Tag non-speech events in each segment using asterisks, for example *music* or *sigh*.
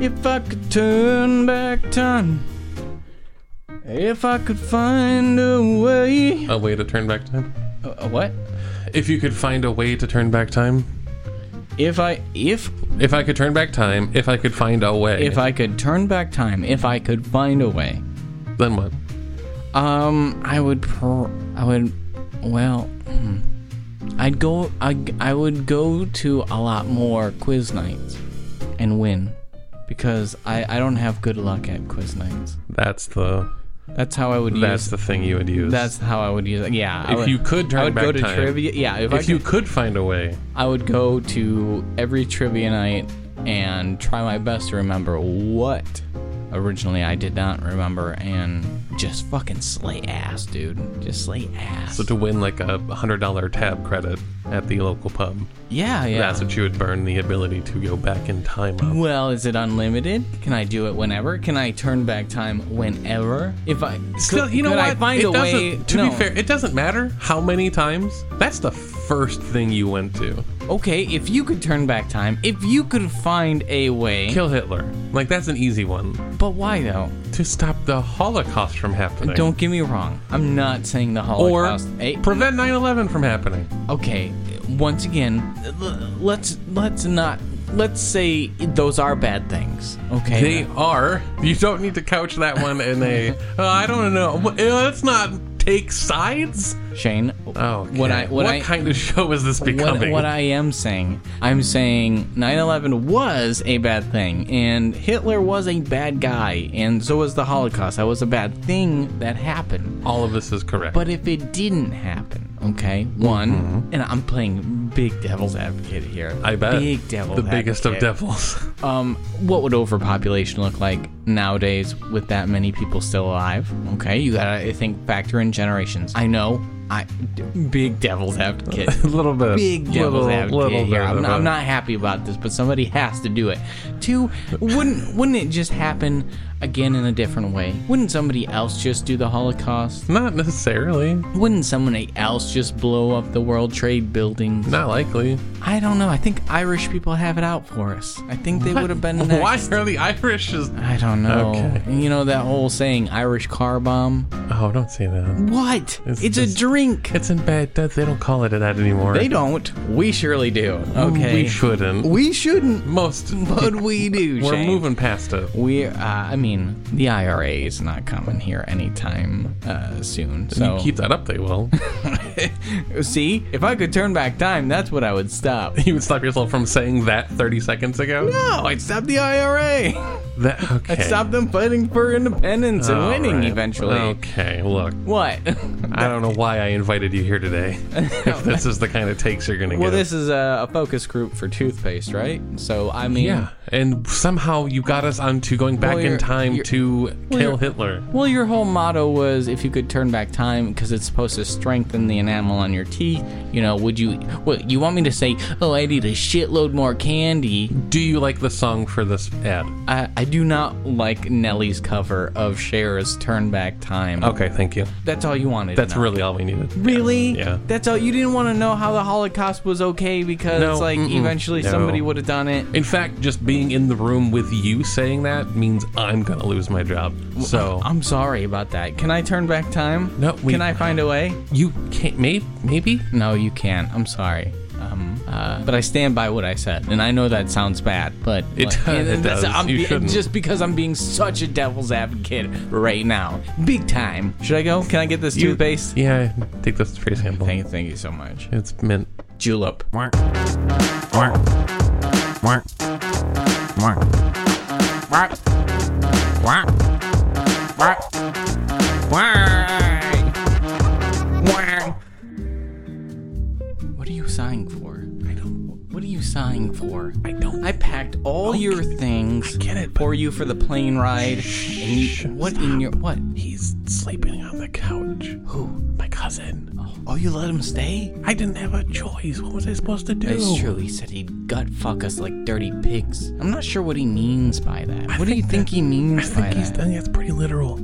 If I could turn back time, if I could find a way. A way to turn back time. Uh, uh, what? If you could find a way to turn back time. If I if If I could turn back time. If I could find a way. if I could turn back time, if I could find a way, Then what? um, I would pr- I would, well, hmm. I'd go I I would go to a lot more quiz nights, and win, because I I don't have good luck at quiz nights. That's the. That's how I would That's use. the thing you would use. that's how I would use it. Yeah. I If would- you could turn I would back go to time. trivia. Yeah. If, I If could, you could find a way. I would go to every trivia night and try my best to remember what originally I did not remember and just fucking slay ass, dude. Just slay ass. So to win like a hundred dollar tab credit at the local pub, yeah, yeah. that's what you would burn the ability to go back in time on. well, is it unlimited? Can I do it whenever? Can I turn back time whenever? If I Still, could- you know could what? I find it a doesn't- way. To no. be fair, it doesn't matter how many times. That's the first thing you went to. okay. If you could turn back time, if you could find a way, Kill Hitler. Like that's an easy one but why though? to stop the Holocaust from happening. Don't get me wrong. I'm not saying the or Holocaust. Hey, prevent 9/11 from happening. okay once again l- let's let's not let's say those are bad things okay They are. You don't need to couch that one *laughs* in a. "Oh, I don't know. Wh- eh, Let's not take sides. shane Oh, okay. what i what, i kind *laughs* of show is this what, becoming? what I am saying, I'm saying 9 11 was a bad thing, and Hitler was a bad guy, and so was the Holocaust. That was a bad thing that happened. All of this is correct. But if it didn't happen, okay, one, and I'm playing big devil's advocate here. Mm-hmm. I bet Big devil. the biggest of advocate. devils. *laughs* Um, what would overpopulation look like nowadays with that many people still alive? Okay, you gotta I think factor in generations. I know, I d- big devil's advocate. a little bit. Big devil's little, advocate little here. bit I'm, of not- I'm a- not happy about this, but somebody has to do it. Two, wouldn't wouldn't it just happen again in a different way? Wouldn't somebody else just do the Holocaust? Not necessarily. Wouldn't someone else just blow up the World Trade buildings? Not likely. I don't know. I think Irish people have it out for us. I think they would have been next. Why are the Irish? Is... I don't know. Okay. You know that whole saying, Irish car bomb? Oh, don't say that. What? It's, It's a just- drink. It's in bad. that- They don't call it that anymore. They don't. We surely do. Okay. We shouldn't. We shouldn't. Most. But we do. We're Shane. moving past it. We, uh, I mean, the IRA is not coming here anytime uh, soon. So You keep that up, they will. *laughs* *laughs* see, if I could turn back time, that's what I would *laughs* stop. you would stop yourself from saying that 30 seconds ago. No, I'd stop the IRA. That okay. I'd stop them fighting for independence and All winning right. eventually. Okay, look. What? *laughs* I don't know why I invited you here today. *laughs* if this is the kind of takes you're gonna Well, get. this is a, a focus group for toothpaste, right? So I mean, yeah, and somehow you got us onto going back Well, in you're- time you're- to kill you're- Hitler. Well, your whole motto was if you could turn back time, because it's supposed to strengthen the enamel on your teeth. You know, would you? What you want me to say? Oh, I need a shitload more candy. Do you like the song for this ad? I, I do not like Nelly's cover of Cher's "Turn Back Time." Okay, thank you. That's all you wanted. That's to know. really all we needed. Really? Yeah. That's all. You didn't want to know how the Holocaust was okay because, No, like, mm-mm. eventually No. somebody would have done it. In fact, just being in the room with you saying that means I'm gonna lose my job. So I'm sorry about that. Can I turn back time? No, we- Can I find a way? you can't. Maybe, maybe No, you can't. I'm sorry. Um, uh, but I stand by what I said, and I know that sounds bad, but It like- does- it that's- does. I'm You be- shouldn't. just because I'm being such a devil's advocate right now, big time. Should I go? Can I get this You- toothpaste? Yeah, take this free sample. Thank, thank you so much. It's mint. Julep. Mark. Mark. Mark. Mark. Mark. Mark. Mark. Mark. Mark. What are you sighing for? I don't. What are you sighing for? I don't. I packed all your things get it, but- for you for the plane ride. and Shh, you, what in your what? He's sleeping on the couch. Who? My cousin. Oh, you let him stay? I didn't have a choice. What was I supposed to do? It's true. He said he'd gut fuck us like dirty pigs. I'm not sure what he means by that. what do you think he means I by think he's. that? I think that's pretty literal.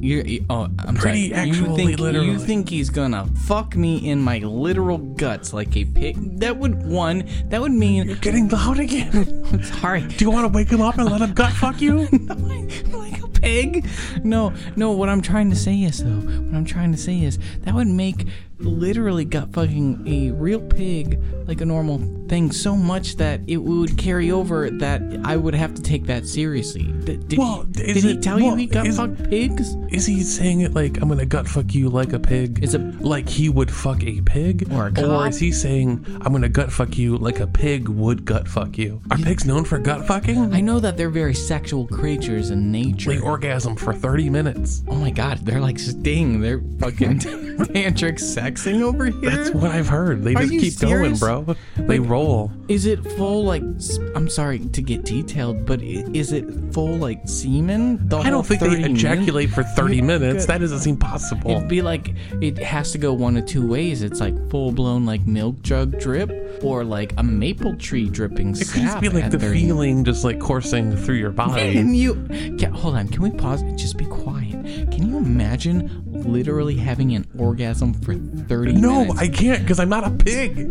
You, you oh, I'm Pretty sorry. you actually think you literally. think he's gonna fuck me in my literal guts like a pig? That would one. That would mean. Getting loud again. *laughs* I'm sorry. Do you want to wake him up and let him gut *laughs* fuck you? like a pig? No, no. What I'm trying to say is though. What I'm trying to say is that would make literally gut fucking a real pig like a normal thing so much that it would carry over that I would have to take that seriously. Th- Did, Well, he, is did he it- tell well, you he gut is- fucked pigs? Is he saying it like I'm gonna gut fuck you like a pig? Is it- like he would fuck a pig? Or a cock? is he saying I'm gonna gut fuck you like a pig would gut fuck you? Are pigs known for gut fucking? I know that they're very sexual creatures in nature. they orgasm for 30 minutes. Oh my god, they're like Sting. They're *laughs* fucking tantric sexing over here. That's what I've heard. They Are just you keep serious? going, bro. They roll. Is it full like? s- I'm sorry to get detailed, but i- is it full like semen? The I whole don't think they 30 minutes? ejaculate for 30 minutes. Good. That doesn't seem possible. It'd be like it has to go one of two ways. It's like full blown like milk jug drip, or like a maple tree dripping. It could just be like the feeling. feeling just like coursing through your body. Can you ca- hold on? Can we pause? Just be quiet. Can you imagine literally having an orgasm for thirty no, minutes? I can't because I'm not a pig.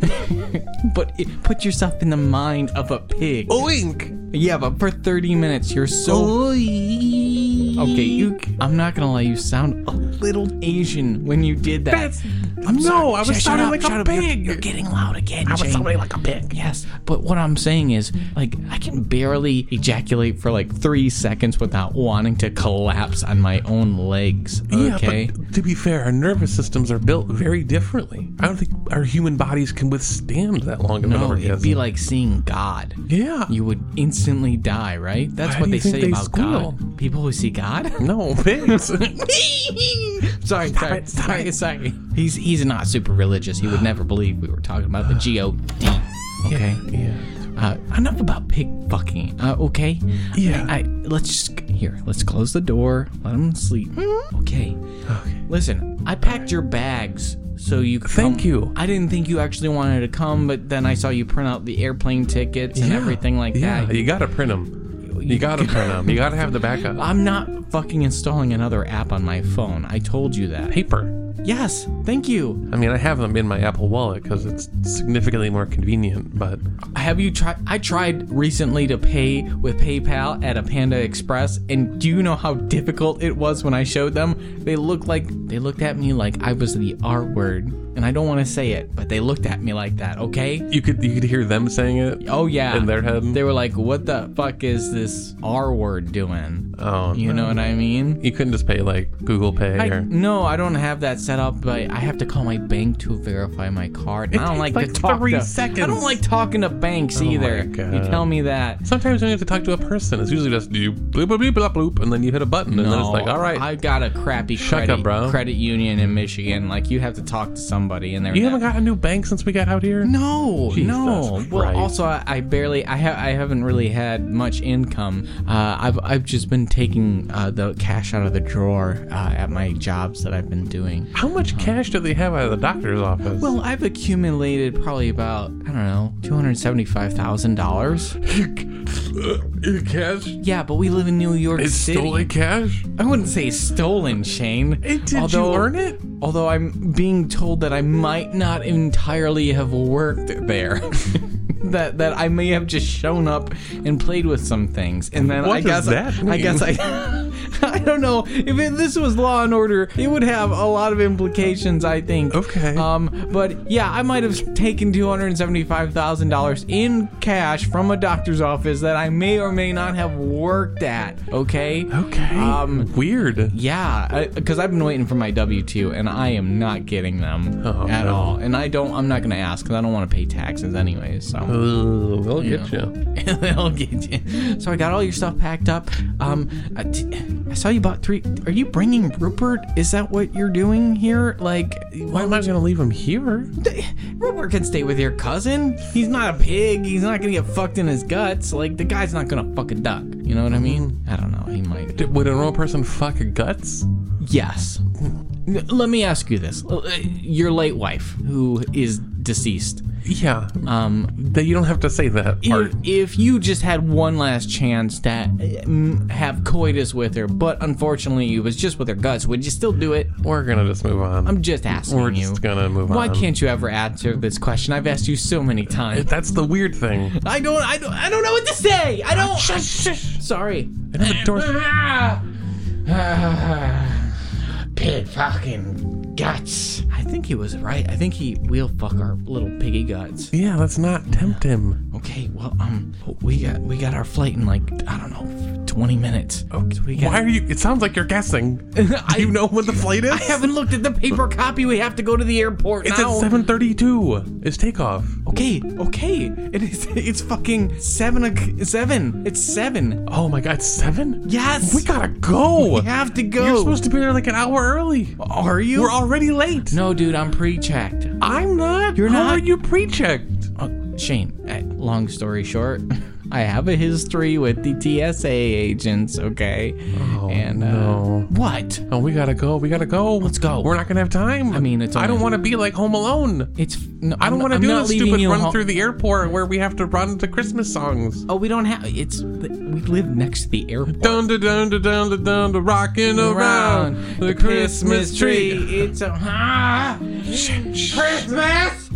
But it, put yourself in the mind of a pig. *laughs* Oink. Yeah, but for thirty minutes, you're so Oink. okay. You, I'm not gonna let you sound a little Asian when you did that. That's- I'm no, sorry. I was Shut- shut sounding up, like a shut up. You're- pig. You're, getting loud again. Jane. like a pig. Yes, but what I'm saying is, like, I can barely ejaculate for like three seconds without wanting to collapse on my own legs. Okay. Yeah, but to be fair, our nervous systems are built very differently. I don't think our human bodies can withstand that long of an no, orgasm. it'd be like seeing God. yeah. You would instantly die, right? That's Why what do they you think say they about squeal? God. People who see God. *laughs* no, pigs. *laughs* sorry, sorry, it, stop sorry, sorry. He's he's not super religious. He would never believe we were talking about the God. Okay. yeah. Uh, enough about pig fucking. Uh, okay. Yeah. I, I- let's just here. Let's close the door. Let him sleep. Okay. Okay. Listen, I packed your bags so you. could Thank come. you. I didn't think you actually wanted to come, but then I saw you print out the airplane tickets and Yeah, everything like yeah, that. you gotta print them. You gotta print them. You gotta have *laughs* the backup. I'm not fucking installing another app on my phone. I told you that. Paper. Yes. Thank you. I mean, I have them in my Apple Wallet because it's significantly more convenient. But Have you tried? I tried recently to pay with PayPal at a Panda Express, and do you know how difficult it was when I showed them? They looked like they looked at me like I was the R word, and I don't want to say it, but they looked at me like that. Okay. you could you could hear them saying it. Oh yeah. In their head. They were like, "What the fuck is this R word doing?" Oh, You know what I mean? you couldn't just pay like Google Pay I, or. no, I don't have that set up, but I have to call my bank to verify my card. and I *laughs* don't like, takes like to talk three to, seconds. Oh I don't like talking to banks either. You God. tell me that. Sometimes when you have to talk to a person, it's usually just you bloop bloop bloop bloop, bloop and then you hit a button and then it's like, all right, I got a crappy Shut credit, up, bro. credit union in Michigan. Like you have to talk to somebody in there. you haven't got a new bank since we got out here. No, Jesus no. Well, Christ. also I, I barely, I have, I haven't really had much income. Uh, I've, I've just been taking uh, the cash out of the drawer uh, at my jobs that I've been doing. How much cash do they have out of the doctor's office? Well, I've accumulated probably about I don't know two hundred seventy-five thousand dollars. your *laughs* cash Yeah, but we live in New York is City. stolen cash. I wouldn't say stolen, Shane. Hey, Eh, did you earn it? Although I'm being told that I might not entirely have worked there. *laughs* that that I may have just shown up and played with some things, and then I What guess does that I mean? guess I. *laughs* I don't know if it, this was Law and Order, it would have a lot of implications. I think. Okay. Um, but yeah, I might have taken two hundred seventy-five thousand dollars in cash from a doctor's office that I may or may not have worked at. Okay. Okay. Um, Weird. Yeah, because I've been waiting for my W two, and I am not getting them Oh, at no. all. And I don't. I'm not going to ask because I don't want to pay taxes anyways. Uh-huh. *laughs* So Ugh, they'll get you. they'll get you. So I got all your stuff packed up. Um, I, t- I saw you bought three. Are you bringing Rupert? Is that what you're doing here? Like, Why am I gonna leave him here? Rupert can stay with your cousin. He's not a pig. He's not gonna get fucked in his guts. Like the guy's not gonna fuck a duck. You know what I mean? I don't know. He might. Did, would a normal person fuck guts? Yes. Uh, N- Let me ask you this: Your late wife, who is deceased, Yeah, Um, that you don't have to say that part. if, if you just had one last chance to mm, have coitus with her, but unfortunately it was just with her guts, would you still do it? We're gonna just move on. I'm just asking We're you. just gonna move Why on. can't you ever answer this question? I've asked you so many times. That's the weird thing. I don't. I don't. I don't know what to say. I don't. Shush. Sorry. Another door. *laughs* *sighs* Pig fucking guts. I think he was right. I think he will fuck our little piggy guts. Yeah, let's not tempt him. Okay. Well, um, we got we got our flight in like I don't know, 20 minutes. Okay. So we got. Why are you? It sounds like you're guessing. *laughs* Do you I, know when the flight is? I haven't looked at the *laughs* paper copy. We have to go to the airport It's now. at 7:32. It's takeoff. Okay. Okay. It is. It's fucking seven. o'c- Seven. It's seven. Oh my God, it's seven? Yes. We gotta go. We have to go. You're supposed to be there like an hour early. Are you? We're already late. no, dude, I'm pre-checked. I'm not. You're not? How are you pre-checked? Uh, Shane, eh, long story short, *laughs* I have a history with the TSA agents, okay? Oh, and uh, no. what? Oh, we gotta go. We gotta go. Let's go. We're not gonna have time. I mean, it's I don't only- want to be like Home Alone. It's f- no, I don't want to do that this stupid run through the airport where we have to run to Christmas songs. Oh, we don't have. It's we live next to the airport. Dun da dun da dun da dun da rocking around the Christmas tree. It's a ah, Christmas.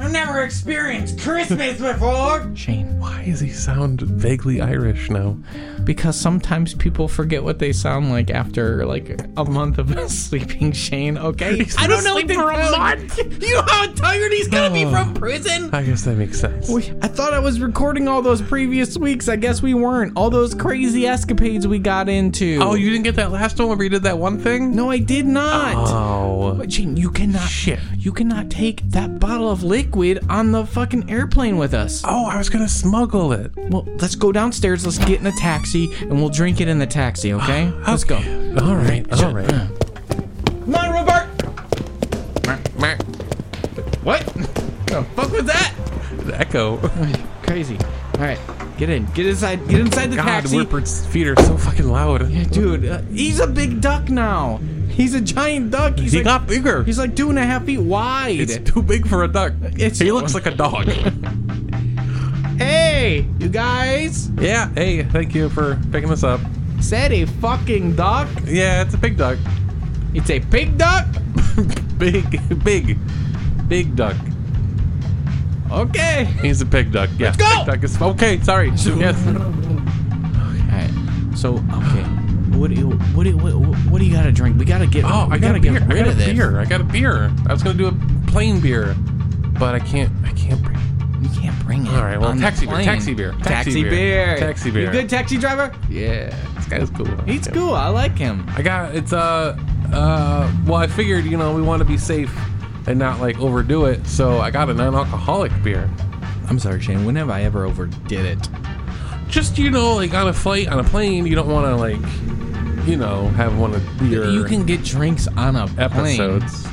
I've never experienced Christmas before. Shane, Why does he sound vaguely Irish now? because sometimes people forget what they sound like after like a month of *laughs* sleeping. Shane, okay? He's been asleep for a month. *laughs* You know how tired he's gonna be Oh. *sighs* from prison. I guess that makes sense. We- I thought I was recording all those previous weeks. I guess we weren't. All those crazy escapades we got into. Oh, you didn't get that last one where you did that one thing? No, I did not. Oh. But Jane, you cannot. Shit. You cannot take that bottle of liquid on the fucking airplane with us. Oh, I was gonna smuggle it. Well, let's go downstairs. Let's get in a taxi and we'll drink it in the taxi, *gasps* okay? Let's go. All right, all right. Come on, Robert. What? The fuck was that? The echo. Crazy. All right, get in. Get inside. Get inside the *laughs* God, taxi. Whipper's feet are so fucking loud. Yeah, dude, uh, he's a big duck now. He's a giant duck. He's He like, got bigger. He's like two and a half feet wide. It's too big for a duck. It's- he looks like a *laughs* dog. hey, you guys, yeah. Hey, thank you for picking this up. said a fucking duck. Yeah, it's a big duck. *laughs* It's a big duck. big, big, big duck. Okay. He's a pig duck. Yeah. go! Pig duck is *laughs* okay. Sorry. Yes. Oh, All right. So okay, what do you, what do you, what, what do you gotta drink? We gotta get. Oh, we I got gotta a get beer. I rid got a of this. beer. I got a beer. I was gonna do a plain beer, but I can't. I can't. Bring You can't bring it. All right, well, on the taxi beer, plane. taxi beer, taxi Taxi beer, beer. taxi You beer. good taxi driver? yeah, this guy's cool. He's cool. I like him. I got it's uh uh. Well, I figured you know we want to be safe and not like overdo it, so I got a non-alcoholic beer. I'm sorry, Shane. When have I ever overdid it? Just you know, like on a flight, on a plane, you don't want to like, you know, have one of your You can get drinks on a plane. episodes.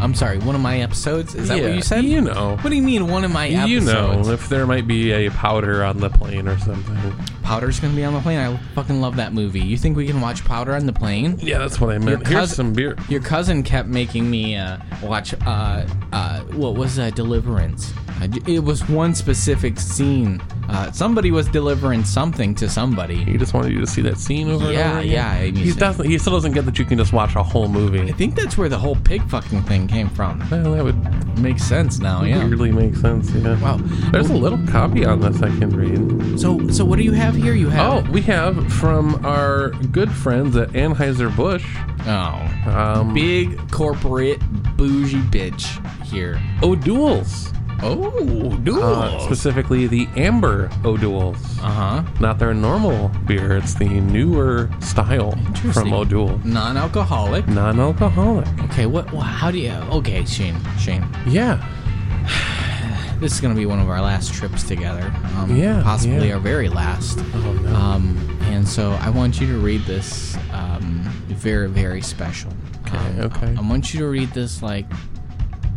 I'm sorry, one of my episodes? Is that what Yeah, you said? You know. What do you mean, one of my You episodes? know, if there might be a powder on the plane or something. Powder's gonna be on the plane. I fucking love that movie. You think we can watch Powder on the plane? Yeah, that's what I meant. Your Here's cousin- some beer. Your cousin kept making me uh, watch, uh, uh, what was uh, Deliverance? I j- it was one specific scene. Uh, somebody was delivering something to somebody. He just wanted you to see that scene over Yeah, and over again. yeah, I need He to- doesn't. He still doesn't get that you can just watch a whole movie. I think that's where the whole pig fucking thing came from. Well, that would Makes sense now, yeah. weirdly make sense. Yeah. Wow. There's a little copy on this I can read. So, so what do you have here? You Oh, have we have from our good friends at Anheuser Busch. oh, Um, big corporate bougie bitch here. O'Douls. Oh, dude. Uh, specifically the Amber O'Douls. Uh huh. Not their normal beer. It's the newer style from Interesting. O'Doul. Non-alcoholic. Non-alcoholic. Okay. What? wha- How do you? Okay, Shane. Shane. Yeah. This is gonna be one of our last trips together. Um, Yeah, Possibly yeah. our very last. Oh no. Um, and so I want you to read this. Um, very very special. Um, okay. I want you to read this like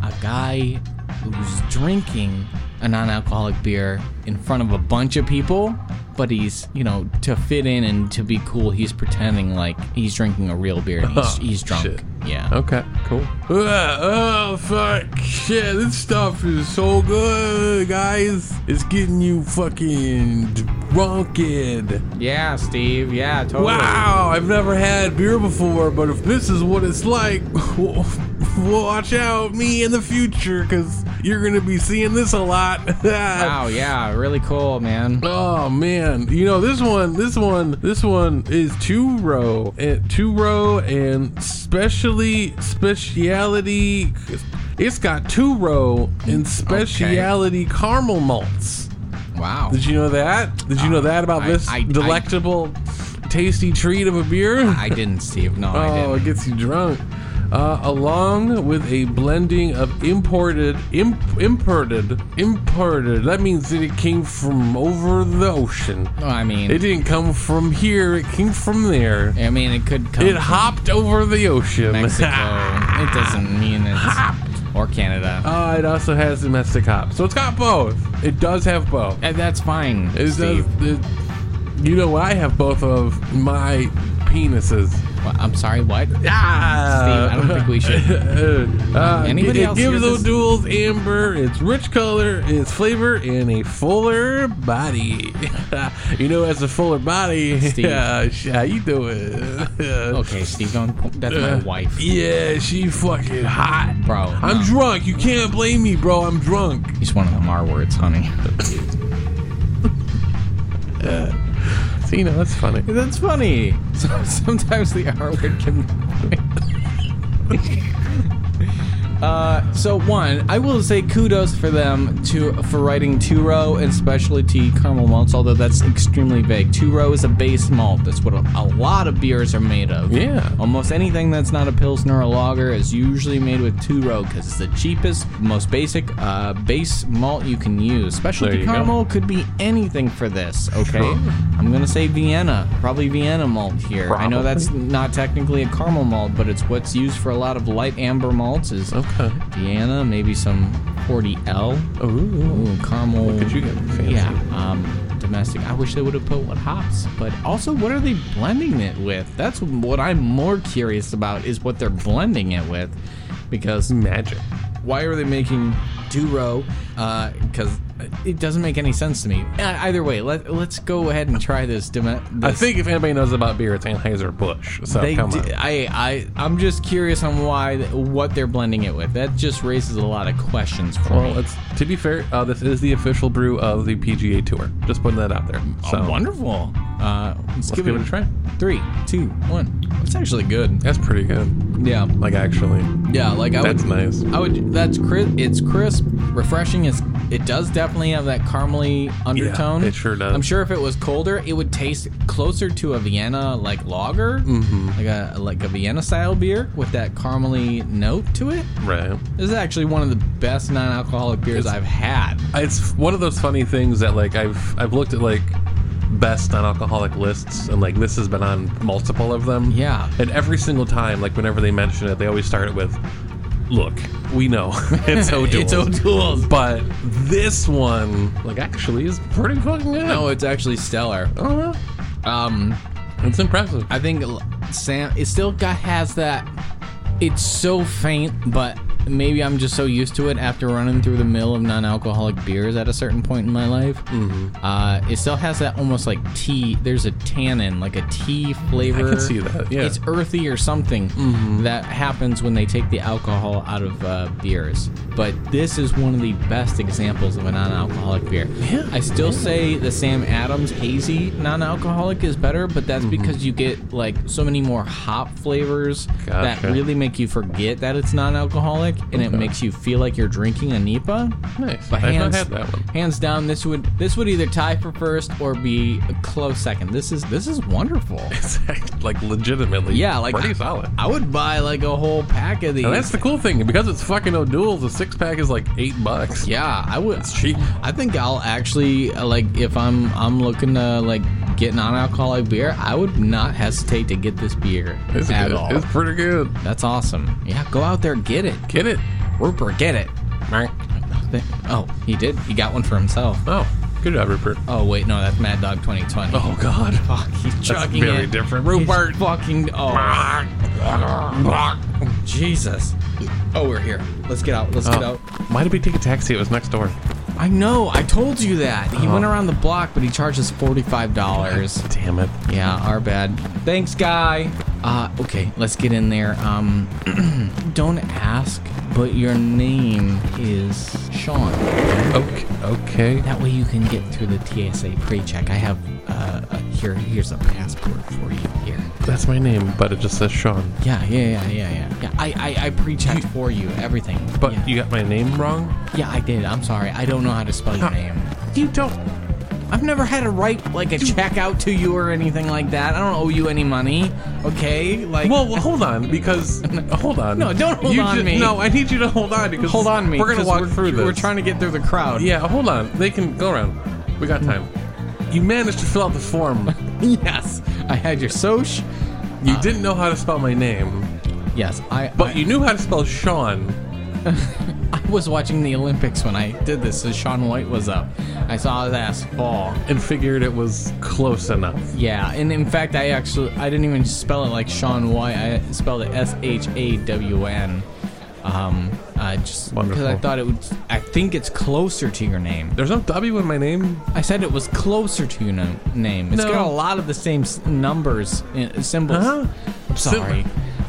a guy who's drinking a non-alcoholic beer in front of a bunch of people but he's you know to fit in and to be cool, he's pretending like he's drinking a real beer. And *laughs* he's, he's drunk. Oh, Shit. Yeah. Okay, cool. oh fuck! Shit, this stuff is so good, guys. It's getting you fucking drunken. Yeah, Steve. Yeah, totally. Wow, I've never had beer before, but if this is what it's like, *laughs* watch out, me in the future, because you're gonna be seeing this a lot. *laughs* Wow. Yeah, really cool, man. Oh man, you know this one, this one, this one is two row and two row and specially speciality. It's got two row Mm, and speciality caramel malts. Wow. Did you know that? Did you know that about I- this I- I- delectable, tasty treat of a beer? I didn't, Steve. No, I *laughs* Oh, didn't. it gets you drunk. Uh, along with a blending of imported, imp, imported, imported. That means that it came from over the ocean. No, I mean, It didn't come from here. It came from there. I mean, it could come It *laughs* from hopped over the ocean. Mexico. *laughs* it doesn't mean it's or Canada. uh, it also has domestic hops, so it's got both. It does have both. Uh, that's fine, It Steve. does. It, you know, I have both of my penises. Wha- I'm sorry. *laughs* What? Ah, Steve, I don't think we should. *laughs* uh, Anybody it, else it hear gives this? those duels amber, its rich color, its flavor, and a fuller body. *laughs* you know, as a fuller body, *laughs* Steve. Oh, yeah, sh- how you doing? *laughs* Okay, Steve. Don't. That's my wife, Yeah, she fucking hot. bro. I'm no. drunk. You can't blame me, bro. I'm drunk. He's one of them R words, honey. See, you know, that's funny. *laughs* That's funny. So, sometimes the R word can. *laughs* uh, so one, I will say kudos for them to for writing two row and specialty caramel malts, although that's extremely vague. Two row is a base malt. That's what a, a lot of beers are made of. Yeah. Almost anything that's not a pilsner or lager is usually made with two row because it's the cheapest, most basic uh, base malt you can use. There Specialty you go. caramel could be anything for this, okay? Sure. I'm gonna say Vienna, probably Vienna malt here. I know that's not technically a caramel malt, but it's what's used for a lot of light amber malts is Okay. Vienna, maybe some 40L. Ooh. Ooh, caramel. Look at you getting fancy. Yeah, um, domestic. I wish they would have put what hops, but also what are they blending it with? That's what I'm more curious about is what they're blending it with, because Magic. why are they making two row? Because it doesn't make any sense to me. E- Either way, let, let's go ahead and try this. Deme- I this- think if anybody knows about beer, it's Anheuser-Busch. So They come d- on. I I I'm just curious on why th- what they're blending it with. That just raises a lot of questions for Well, me. it's, to be fair, uh, this is the official brew of the PGA Tour. Just putting that out there. So oh, wonderful. Uh, let's, let's give it a try. Three, two, one. It's actually good. That's pretty good. Yeah, Like actually, yeah. Like I that's would, nice. I would. That's crisp. It's crisp, refreshing. It's. It does definitely have that caramely undertone. it sure does. I'm sure if it was colder, it would taste closer to a Vienna like lager, Mm-hmm. like a like a Vienna style beer with that caramely note to it. Right. This is actually one of the best non-alcoholic beers I've had. It's one of those funny things that like I've I've looked at like best non-alcoholic lists and like this has been on multiple of them. Yeah. And every single time, like whenever they mention it, they always start it with, "Look, we know *laughs* it's O'Doul's, It's O'Doul's. but this one like actually is pretty fucking good. No, it's actually stellar. Uh, Um, it's impressive. I *laughs* think l- Sam. It still got has that. It's so faint, but maybe I'm just so used to it after running through the mill of non-alcoholic beers at a certain point in my life. Mm-hmm. Uh, it still has that almost like tea. There's a tannin, like a tea flavor. I can see that. Yeah. It's earthy or something Mm-hmm. that happens when they take the alcohol out of uh, beers. But this is one of the best examples of a non-alcoholic beer. Yeah. I still say the Sam Adams hazy non-alcoholic is better, but that's Mm-hmm. because you get like so many more hop flavors that Gotcha. really make you forget that it's non-alcoholic, and it makes you feel like you're drinking a Nipa. nice. But I've hands, not had that one. hands down, this would this would either tie for first or be a close second. This is this is wonderful. It's like legitimately, Yeah, like pretty I, solid. I would buy like a whole pack of these. And that's the cool thing because it's fucking O'Doul's. A six pack is like eight bucks. yeah, I would. It's cheap. I think I'll actually uh, like if I'm I'm looking to like get non-alcoholic beer, I would not hesitate to get this beer It's at good. all. It's pretty good. That's awesome. Yeah, go out there, get it, Get it. Rupert, get it. Right. Oh, he did. He got one for himself. Oh, Good job, Rupert. Oh wait, no, that's Mad Dog 2020. Oh God. fuck, he's chugging very it. different. He's Rupert. fucking oh Jesus. Oh, we're here. Let's get out. Let's get Oh. out. Why did we take a taxi? It was next door. I know. I told you that. He went Uh-huh. around the block, but he charged us forty-five dollars. Damn it. Yeah, our bad. Thanks, guy. Uh, okay, let's get in there. Um, *clears throat* don't ask, but your name is Sean. Okay. Okay. That way you can get through the TSA pre-check. I have uh, a, here. Here's a passport for you. Here. That's my name, but it just says Sean. Yeah, yeah, yeah, yeah, yeah. Yeah, I, I, I pre-checked for you everything. But yeah. you got my name wrong. yeah, I did. I'm sorry. I don't know how to spell your name. You don't. I've never had to write like a check out to you or anything like that. I don't owe you any money. Okay, like Well, well, hold on, because hold *laughs* on. No, don't hold You on ju- me. No, I need you to hold on because hold on, me. We're gonna 'cause walk through this. We're trying to get through the crowd. Yeah, hold on. They can go around. We got time. You managed to fill out *laughs* the form. *laughs* Yes, I had your soch. You didn't know how to spell my name, Yes, I. but I- you knew how to spell Sean. I was watching the Olympics when I did this. So Sean White was up. I saw his ass fall. and figured it was close enough. Yeah, and in fact, I actually I didn't even spell it like Sean White. I spelled it S H A W N. Um, uh, just because I Wonderful. thought it would. I think it's closer to your name. There's no W in my name. I said it was closer to your no- name. It's No. got a lot of the same s- numbers, uh, symbols. Huh? I'm sorry.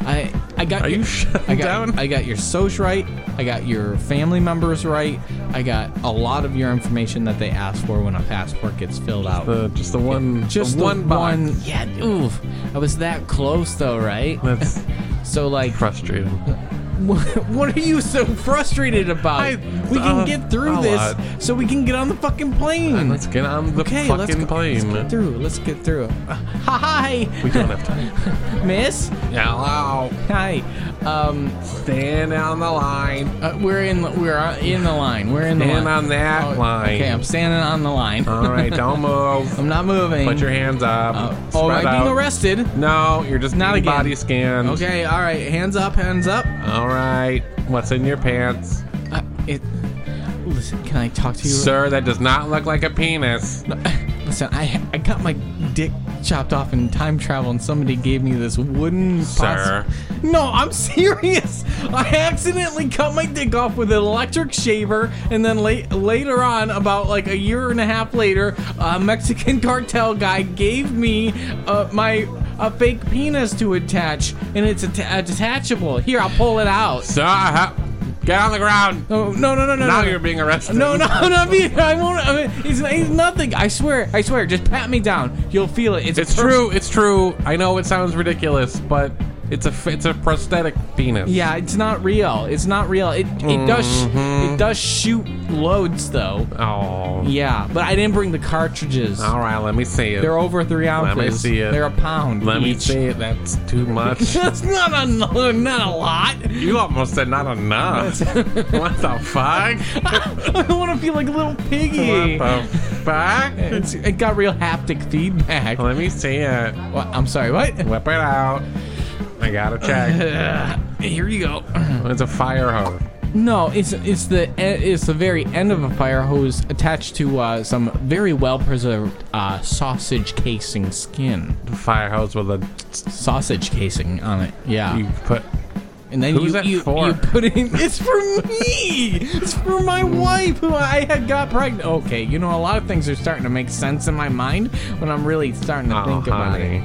I I got Are your, you shutting I got, down? I got your soc right. I got your family members right. I got a lot of your information that they ask for when a passport gets filled out. The just the one. Just the the Uh, one. box. one. Yeah. Oof. I was that close though, right? That's So like, frustrating. what, *laughs* what are you so frustrated about? I- we can uh, get through a this, lot. Uh, so we can get on the fucking plane. Let's get on the okay, fucking let's, go, plane. let's get through. Let's get through. *laughs* Hi, we don't have time. Miss. Hello. Hi. Um, Stand on the line. uh, we're in. We're in the line. We're in the Stand line. on that Oh, line. Okay, I'm standing on the line. *laughs* All right, *laughs* don't move. I'm not moving. Put your hands up. Uh, Spread oh, am I out. being arrested? No, you're just Not being again. body scanned. Okay. All right. Hands up. Hands up. All right. What's in your pants? Uh, it, listen, can I talk to you? Sir, that does not look like a penis. No, *laughs* listen, I I got my dick chopped off in time travel, and somebody gave me this wooden. pos- Sir. no, I'm *laughs* serious. I accidentally cut my dick off with an electric shaver, and then late, later on, about like a year and a half later, a Mexican *laughs* cartel guy gave me uh, my a fake penis to attach, and it's atta- detachable. Here, I'll pull it out. Sir, ha- get on the ground. Oh, no, no, no, no. now no. you're being arrested. No, *laughs* no, I'm not being. I won't. I mean, he's, he's nothing. I swear. I swear. Just pat me down. You'll feel it. It's, It's perf- true. It's true. I know it sounds ridiculous, but it's a f- it's a prosthetic penis. Yeah, it's not real. It's not real. It it does sh- Mm-hmm. it does shoot loads though. Oh. Yeah, but I didn't bring the cartridges. All right. Let me see it. They're over three ounces. me see it. They're a pound. let me each. see it. That's too much. *laughs* That's not a not a lot. *laughs* you almost said not enough. what the fuck? I want to feel like a little piggy. What the fuck? *laughs* It's, it got real haptic feedback. Let me see it. What? I'm sorry. What? Whip it out. I gotta *laughs* check. Here you go. It's a fire hose. No, it's it's the e, it's the very end of a fire hose attached to uh, some very well preserved uh, sausage casing skin. Fire hose with a Sausage casing on it, yeah. you put and then who's you that you, for? you put it in. It's for me. It's for my wife who I had got pregnant. Okay, you know a lot of things are starting to make sense in my mind when I'm really starting to Oh, think about honey. it.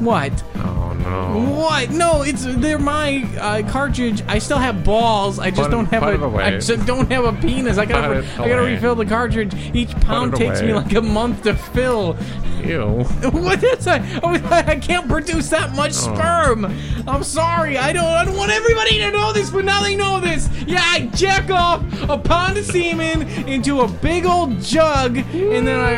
What? Oh no. What? No, it's they're my uh, cartridge. I still have balls. I just Put it- don't have put a. it away. I just don't have a penis. I gotta. Put re- it I gotta away. refill the cartridge. Each pound it takes me away. like a month to fill. Ew. *laughs* What is that? Oh, I can't produce that much sperm. I'm sorry. I don't. I don't want everybody to know this, but now they know this. Yeah, I jack off a pound of semen into a big old jug, and then I.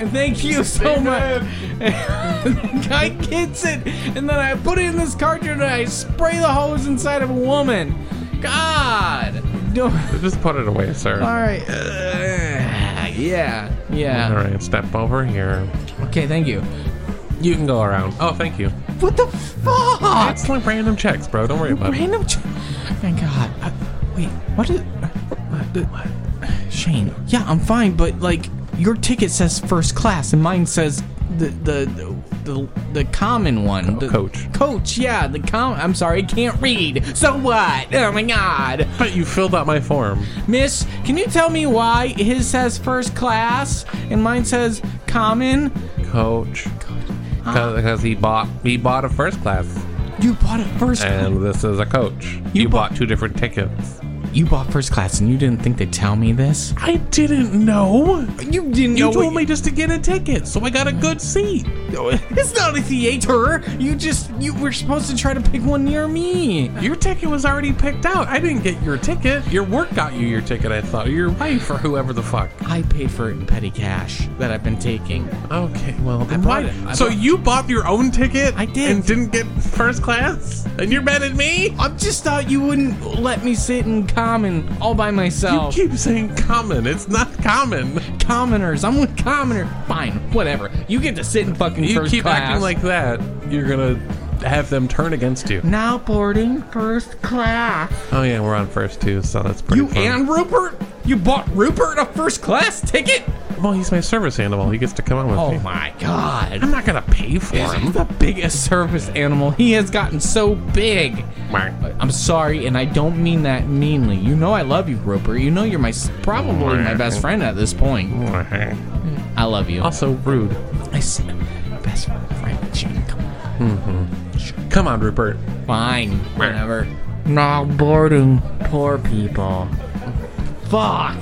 and Thank you so much. *laughs* The guy gets it, and then I put it in this cartridge, and I spray the hose inside of a woman. God. No. Just put it away, *laughs* sir. All right. *sighs* Ugh. yeah. All Yeah. right, step over here. Okay. Thank you. You can go around. Oh, thank you. What the fuck? It's like random checks, bro. Don't worry about it. Random. Ch- Thank God. Uh, wait, what is? uh, uh, Shane. Yeah, I'm fine, but like, your ticket says first class and mine says the the the, the common one. The- coach. Coach, yeah, the com I'm sorry, I can't read. So what? Oh my god. But you filled out my form. Miss, can you tell me why his says first class and mine says common? Coach. Because he bought he bought a first class, You bought it first and this is a coach. You, bought, two different tickets. You bought first class and you didn't think to tell me this? I didn't know. You didn't You know told what- me just to get a ticket, so I got a good seat. *laughs* It's not a theater. You just you were supposed to try to pick one near me. Your ticket was already picked out. I didn't get your ticket. Your work got you your ticket. I thought or your wife or whoever the fuck. I paid for it in petty cash that I've been taking. Okay, well, I bought it. I so bought- you bought your own ticket? I did. and didn't get first class, and you're mad at me. I just thought you wouldn't let me sit in common all by myself. You keep saying common. It's not common. commoners. I'm with commoner. Fine, whatever. You get to sit in fucking You first keep class. acting like that, you're gonna have them turn against you. now boarding first class. Uh-huh. Oh yeah, we're on first too, so that's pretty. You fun. and Rupert? You bought Rupert a first class ticket? well, he's my service animal. He gets to come on with Oh me. my god. I'm not gonna pay for He's him. *laughs* the biggest service animal. He has gotten so big. I'm sorry, and I don't mean that meanly. You know I love you, Roper. You know you're my s- probably my best friend at this point. I love you. *laughs* Also rude. Oh, I s- best friend. Gina, come on. Come on, Rupert. Fine, whatever. Not boarding poor people. Fuck.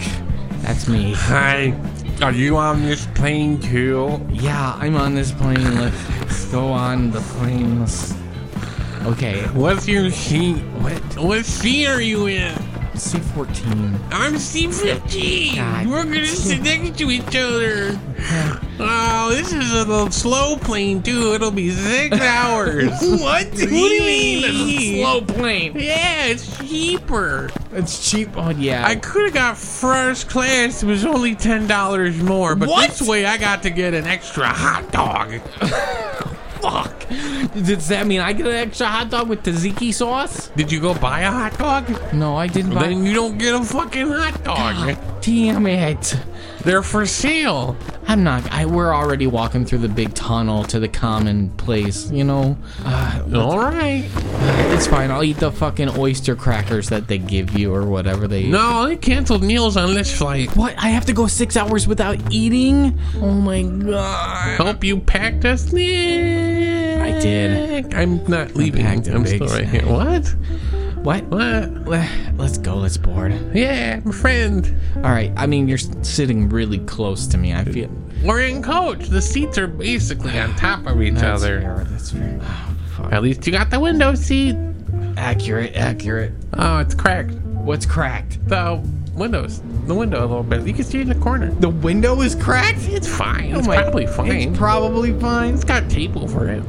That's me. Hi. Are you on this plane too? Yeah, I'm on this plane. Let's go on the plane. Let's- Okay, What's your seat? What? What seat are you in? C14. I'm C15. God. We're gonna sit next to *sighs* each other. Oh, this is a little slow plane too. Itll *laughs* be six hours. What? What do you mean? It's a slow plane. yeah, it's cheaper. It's cheap. Oh yeah. I could have got first class. It was only ten dollars more, but What? this way I got to get an extra hot dog. fuck. Does that mean I get an extra hot dog with tzatziki sauce? Did you go buy a hot dog? No, I didn't buy. Then you don't get a fucking hot dog. Damn it! They're for sale. I'm not. I we're already walking through the big tunnel to the common place. You know, uh, All right. it's fine. I'll eat the fucking oyster crackers that they give you or whatever they. No, they canceled meals on this flight. What? I have to go six hours without eating? Oh my god. Hope you packed a snack. I did. I'm not leaving. I'm packed a still big right snack. here. What? What? What? Let's go. Let's board. Yeah, my friend. All right. I mean, you're s- sitting really close to me. I feel. We're in coach. The seats are basically on top of each That's other. fair, That's fair. Oh, fuck. At least you got the window seat. Accurate. Accurate. Oh, it's cracked. What's cracked? The windows. The window a little bit. You can see in the corner. The window is cracked. It's fine. it's probably fine. Oh It's probably fine. it's got tape over it.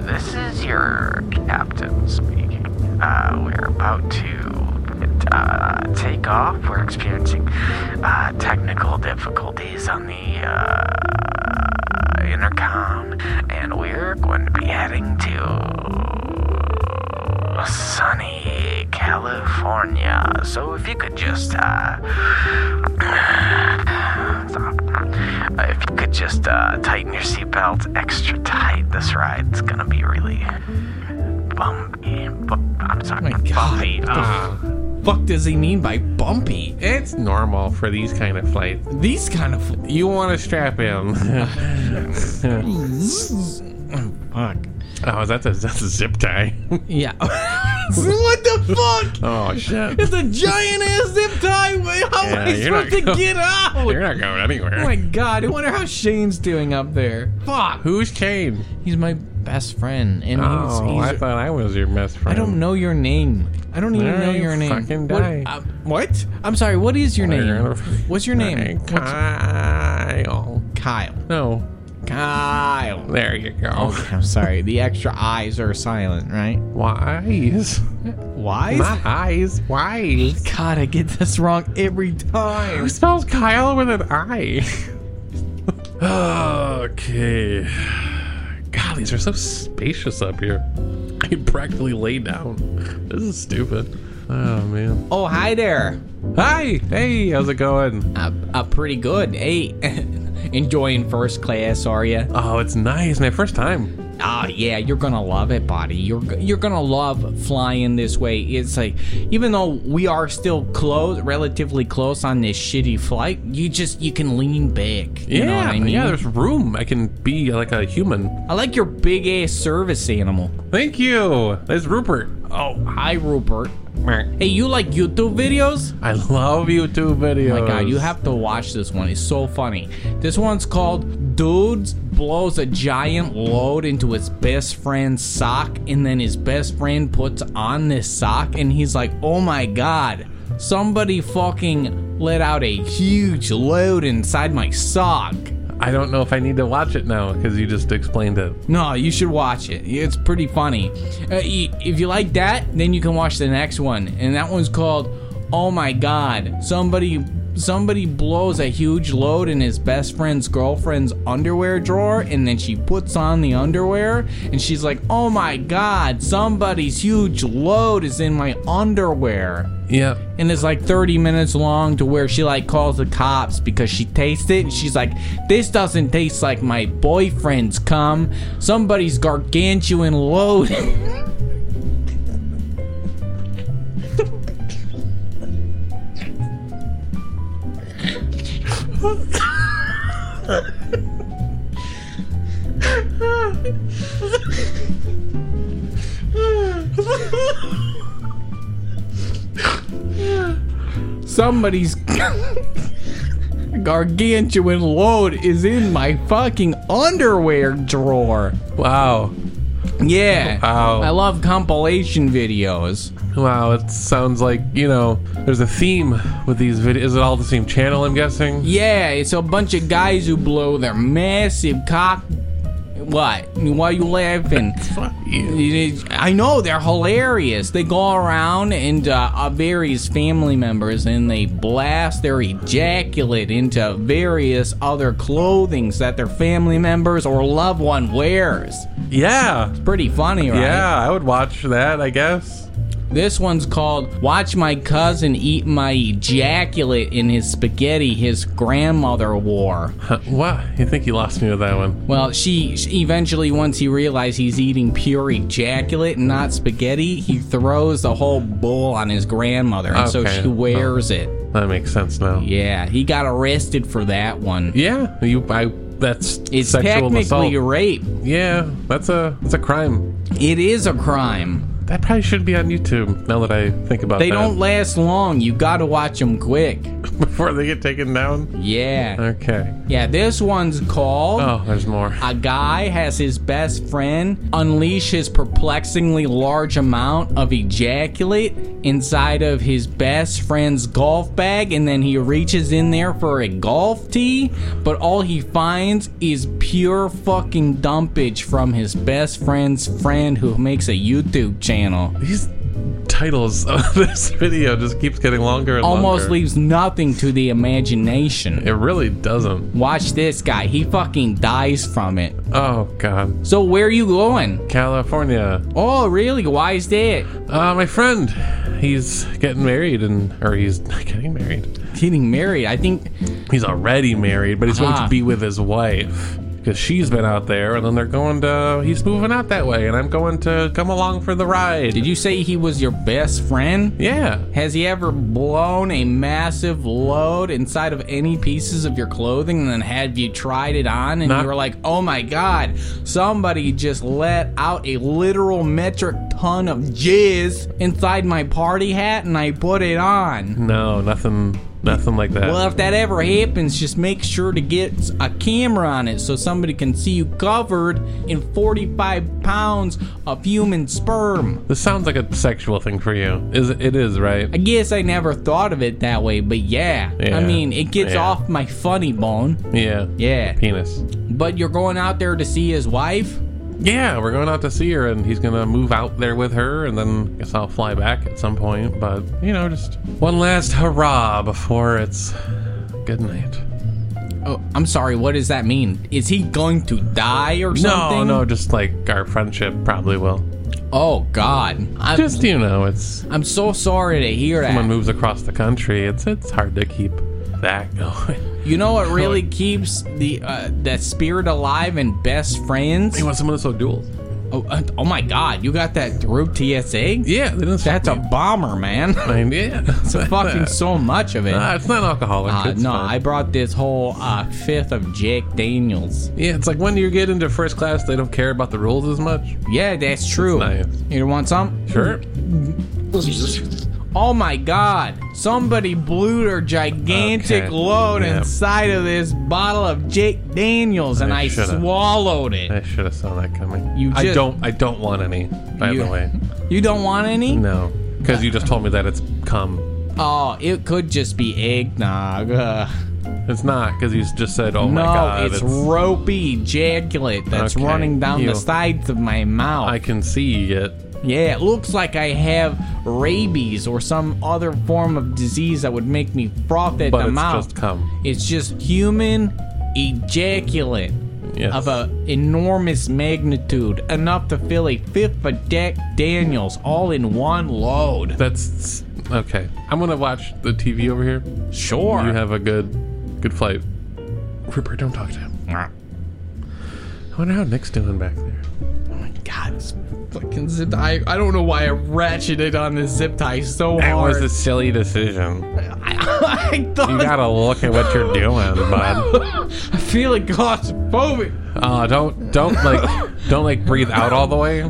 This is your captain speaking. Uh, we're about to uh, take off. We're experiencing uh, technical difficulties on the uh, intercom, and we're going to be heading to sunny California. So if you could just uh, *sighs* uh, if you could just uh, tighten your seatbelt extra tight, this ride's gonna be really bumpy. Bu- I'm sorry, Oh My God, bumpy. what the Uh, Fuck does he mean by bumpy? It's normal for these kind of flights. These kind of. You want to strap *laughs* in. *laughs* oh, Oh, Fuck. is that the, that's a zip tie? Yeah. *laughs* what the fuck? oh, *laughs* shit. It's a giant ass zip tie. How am I Yeah, you're not supposed to going- get out? *laughs* You're not going anywhere. Oh my god, I wonder how Shane's doing up there. Fuck. Who's Kane? He's my best friend, and he's, Oh, he's I thought I was your best friend. I don't know your name. I don't even All know right, your name. fucking what, die. uh, what? I'm sorry. What is your You're name? gonna- What's your name? Hey, What's- Kyle. Kyle. No, Kyle. there you go. I'm sorry. The extra eyes are silent, right? Wise, Why? not eyes. Wise. God, I get this wrong every time. Who spells Kyle with an I? *laughs* okay. God, these are so spacious up here. I practically lay down. This is stupid. Oh man. Oh, hi there. Hi. Hey. How's it going? Uh, uh pretty good. Hey, *laughs* enjoying first class, are you? Oh, it's nice. My first time. Oh yeah, you're gonna love it, buddy. You're g- you're gonna love flying this way. It's like even though we are still close, relatively close on this shitty flight, you just you can lean back. You yeah. know what I mean? Yeah. There's room. I can be like a human. I like your big ass service animal. Thank you. That's Rupert. Oh, hi, Rupert. Hey, you like YouTube videos? I love YouTube videos. Oh my god, you have to watch this one. It's so funny. This one's called Dudes Blows a Giant Load into His Best Friend's Sock, and then his best friend puts on this sock, and he's like, oh my god, somebody fucking let out a huge load inside my sock. I don't know if I need to watch it now because you just explained it. No, you should watch it. It's pretty funny. Uh, y- if you like that, then you can watch the next one, and that one's called "Oh My God." Somebody, somebody blows a huge load in his best friend's girlfriend's underwear drawer, and then she puts on the underwear, and she's like, "Oh my God, somebody's huge load is in my underwear." Yeah. and it's like 30 minutes long to where she like calls the cops because she tastes it and she's like this doesn't taste like my boyfriend's cum somebody's gargantuan load *laughs* somebody's *laughs* gargantuan load is in my fucking underwear drawer Wow. yeah Wow. i love compilation videos Wow. It sounds like you know. There's a theme with these videos. Is it all the same channel? I'm guessing. Yeah, it's a bunch of guys who blow their massive cock. What? Why you laughing? It is- I know they're hilarious. They go around and uh, uh, various family members, and they blast their ejaculate into various other clothings that their family members or loved one wears. Yeah. Pretty funny, right? Yeah. I would watch that. I guess. This one's called Watch My Cousin Eat My Ejaculate in His Spaghetti His Grandmother Wore. Huh, wow. You think you lost me with that one? Well, she, she eventually, once he realized he's eating pure ejaculate and not spaghetti, he throws the whole bowl on his grandmother, and so Okay. she wears it. That makes sense now. Yeah, he got arrested for that one. Yeah, you. I. That's It's sexual technically assault. rape. Yeah, that's a that's a crime. It is a crime. That probably should be on YouTube. Now that I think about They that, *laughs* don't last long. You got to watch them quick. before they get taken down. Yeah. Okay. Yeah, this one's called. Oh, there's more. A guy has his best friend unleash his perplexingly large amount of ejaculate inside of his best friend's golf bag, and then he reaches in there for a golf tee, but all he finds is pure fucking dumpage from his best friend's friend who makes a YouTube channel. These titles *laughs* of this video just keeps getting longer and Almost longer. leaves nothing to the imagination. It really doesn't. Watch this guy, he fucking dies from it. Oh God, So, where are you going? California. Oh, really? Why is that? Uh, my friend, he's getting married, and or he's *laughs* not getting married. Getting married. I think. He's already married, but he's going Ah. to be with his wife because she's been out there, and then they're going to. He's moving out that way, and I'm going to come along for the ride. Did you say he was your best friend? Yeah. Has he ever blown a massive load inside of any pieces of your clothing and then have you tried it on and Not- you were like, oh my god, somebody just let out a literal metric ton of jizz inside my party hat and I put it on? No, nothing, nothing like that. Well, if that ever happens, just make sure to get a camera on it so somebody can see you covered in 45 pounds of human sperm. This sounds like a sexual thing for you. Is it is I right? guess I never thought of it that way, but yeah. Yeah. I mean, it gets Yeah. off my funny bone. Yeah. Yeah. Penis. But you're going out there to see his wife? Yeah, we're going out to see her, and he's gonna move out there with her, and then I guess I'll fly back at some point. But you know, just one last hurrah before it's good night. Oh, I'm sorry, what does that mean? Is he going to die or No, something? no, just like our friendship probably will. Oh God, I'm, Just you know, it's I'm so sorry to hear that. someone moves across the country. It's it's hard to keep that *laughs* going. You know what really keeps the uh, that spirit alive and best friends? You want someone to sell duels? Oh, uh, oh my God, you got that through TSA? Yeah, they don't That's a bomber, man. *laughs* I mean, yeah, uh, it's Fucking so much of it. Nah, it's not alcoholic. Uh, it's no, fine. I brought this whole uh, fifth of Jack Daniels. Yeah, it's like when you get into first class, they don't care about the rules as much. Yeah, that's true. nice. You want some? Sure. Oh my God! Somebody blew their gigantic Okay, load yeah. inside of this bottle of Jack Daniels, and I I, shoulda. swallowed it. I should have saw that coming. You I just- don't. I don't want any. By You- the way, You don't want any? no, because you just told me that it's cum. Oh, it could just be eggnog. Ugh. It's not because you just said, "Oh no, my god, it's, ropey ejaculate that's Okay, running down you- the sides of my mouth. I can see it." yeah, it looks like I have rabies or some other form of disease that would make me froth at But the it's mouth. just cum. It's just human ejaculate Yes. of a enormous magnitude, enough to fill a fifth of Jack Daniels all in one load. That's okay. I'm gonna watch the TV over here. Sure. You have a good, good flight. Rupert, don't talk to him. Oh I wonder how Nick's doing back there. God, this fucking zip tie. I don't know why I ratcheted on this zip tie so That hard. was a silly decision. *laughs* I thought You gotta look at what you're doing, bud. *laughs* I feel like claustrophobic. Uh, don't don't like don't like breathe out all the way.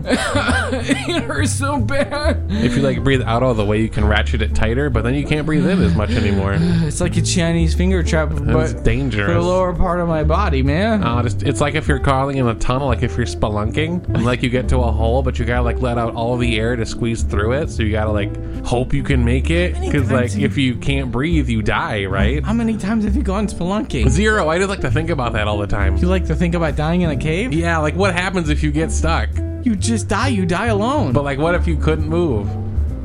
it hurts so bad. If you like breathe out all the way, you can ratchet it tighter, but then you can't breathe in as much anymore. It's like a Chinese finger trap, It's but for the dangerous. lower part of my body, man. Uh, just, it's like if you're crawling in a tunnel, like if you're spelunking, and like you get to a hole, but you gotta like let out all the air to squeeze through it. So you gotta like hope you can make it, because like if you can't breathe, you die, right? How many times have you gone spelunking? Zero. I just like to think about that all the time. You like to think about dying in a cave? Yeah, like what happens if you get stuck? You just die. You die alone. But like, what if you couldn't move?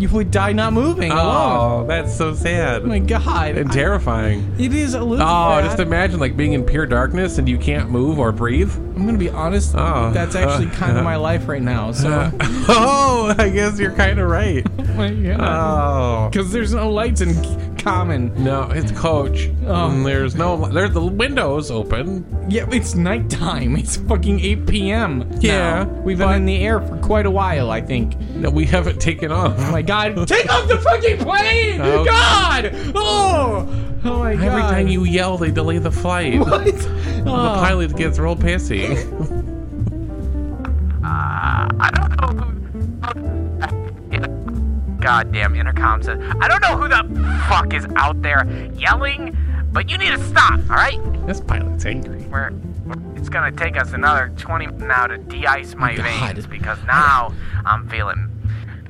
you would die not moving alone. Oh, that's so sad Oh my god. and terrifying. I- it is a little. Oh, bad. just imagine like being in pure darkness and you can't move or breathe. *laughs* I'm gonna be honest. Oh. Uh. That's actually kind of my life right now. So. *laughs* oh, I guess you're kind of right. my god. Oh. Because there's no lights in common. No, it's coach. Oh. Um, there's no. There's the windows open. Yeah, it's nighttime. *laughs* It's fucking 8 p.m. now. Yeah, We've been but- in the air for quite a while, I think. No, we haven't taken off. Oh my god. Take off the fucking plane! Oh. God! Oh! Oh my god. Every time you yell, they delay the flight. The *laughs* What? Oh. pilot gets real pissy. I don't know who. Goddamn intercom says. I don't know who the fuck is out there yelling, but you need to stop, alright? this pilot's angry. We're. It's gonna take us another 20 now to de ice my God. veins because now I'm feeling.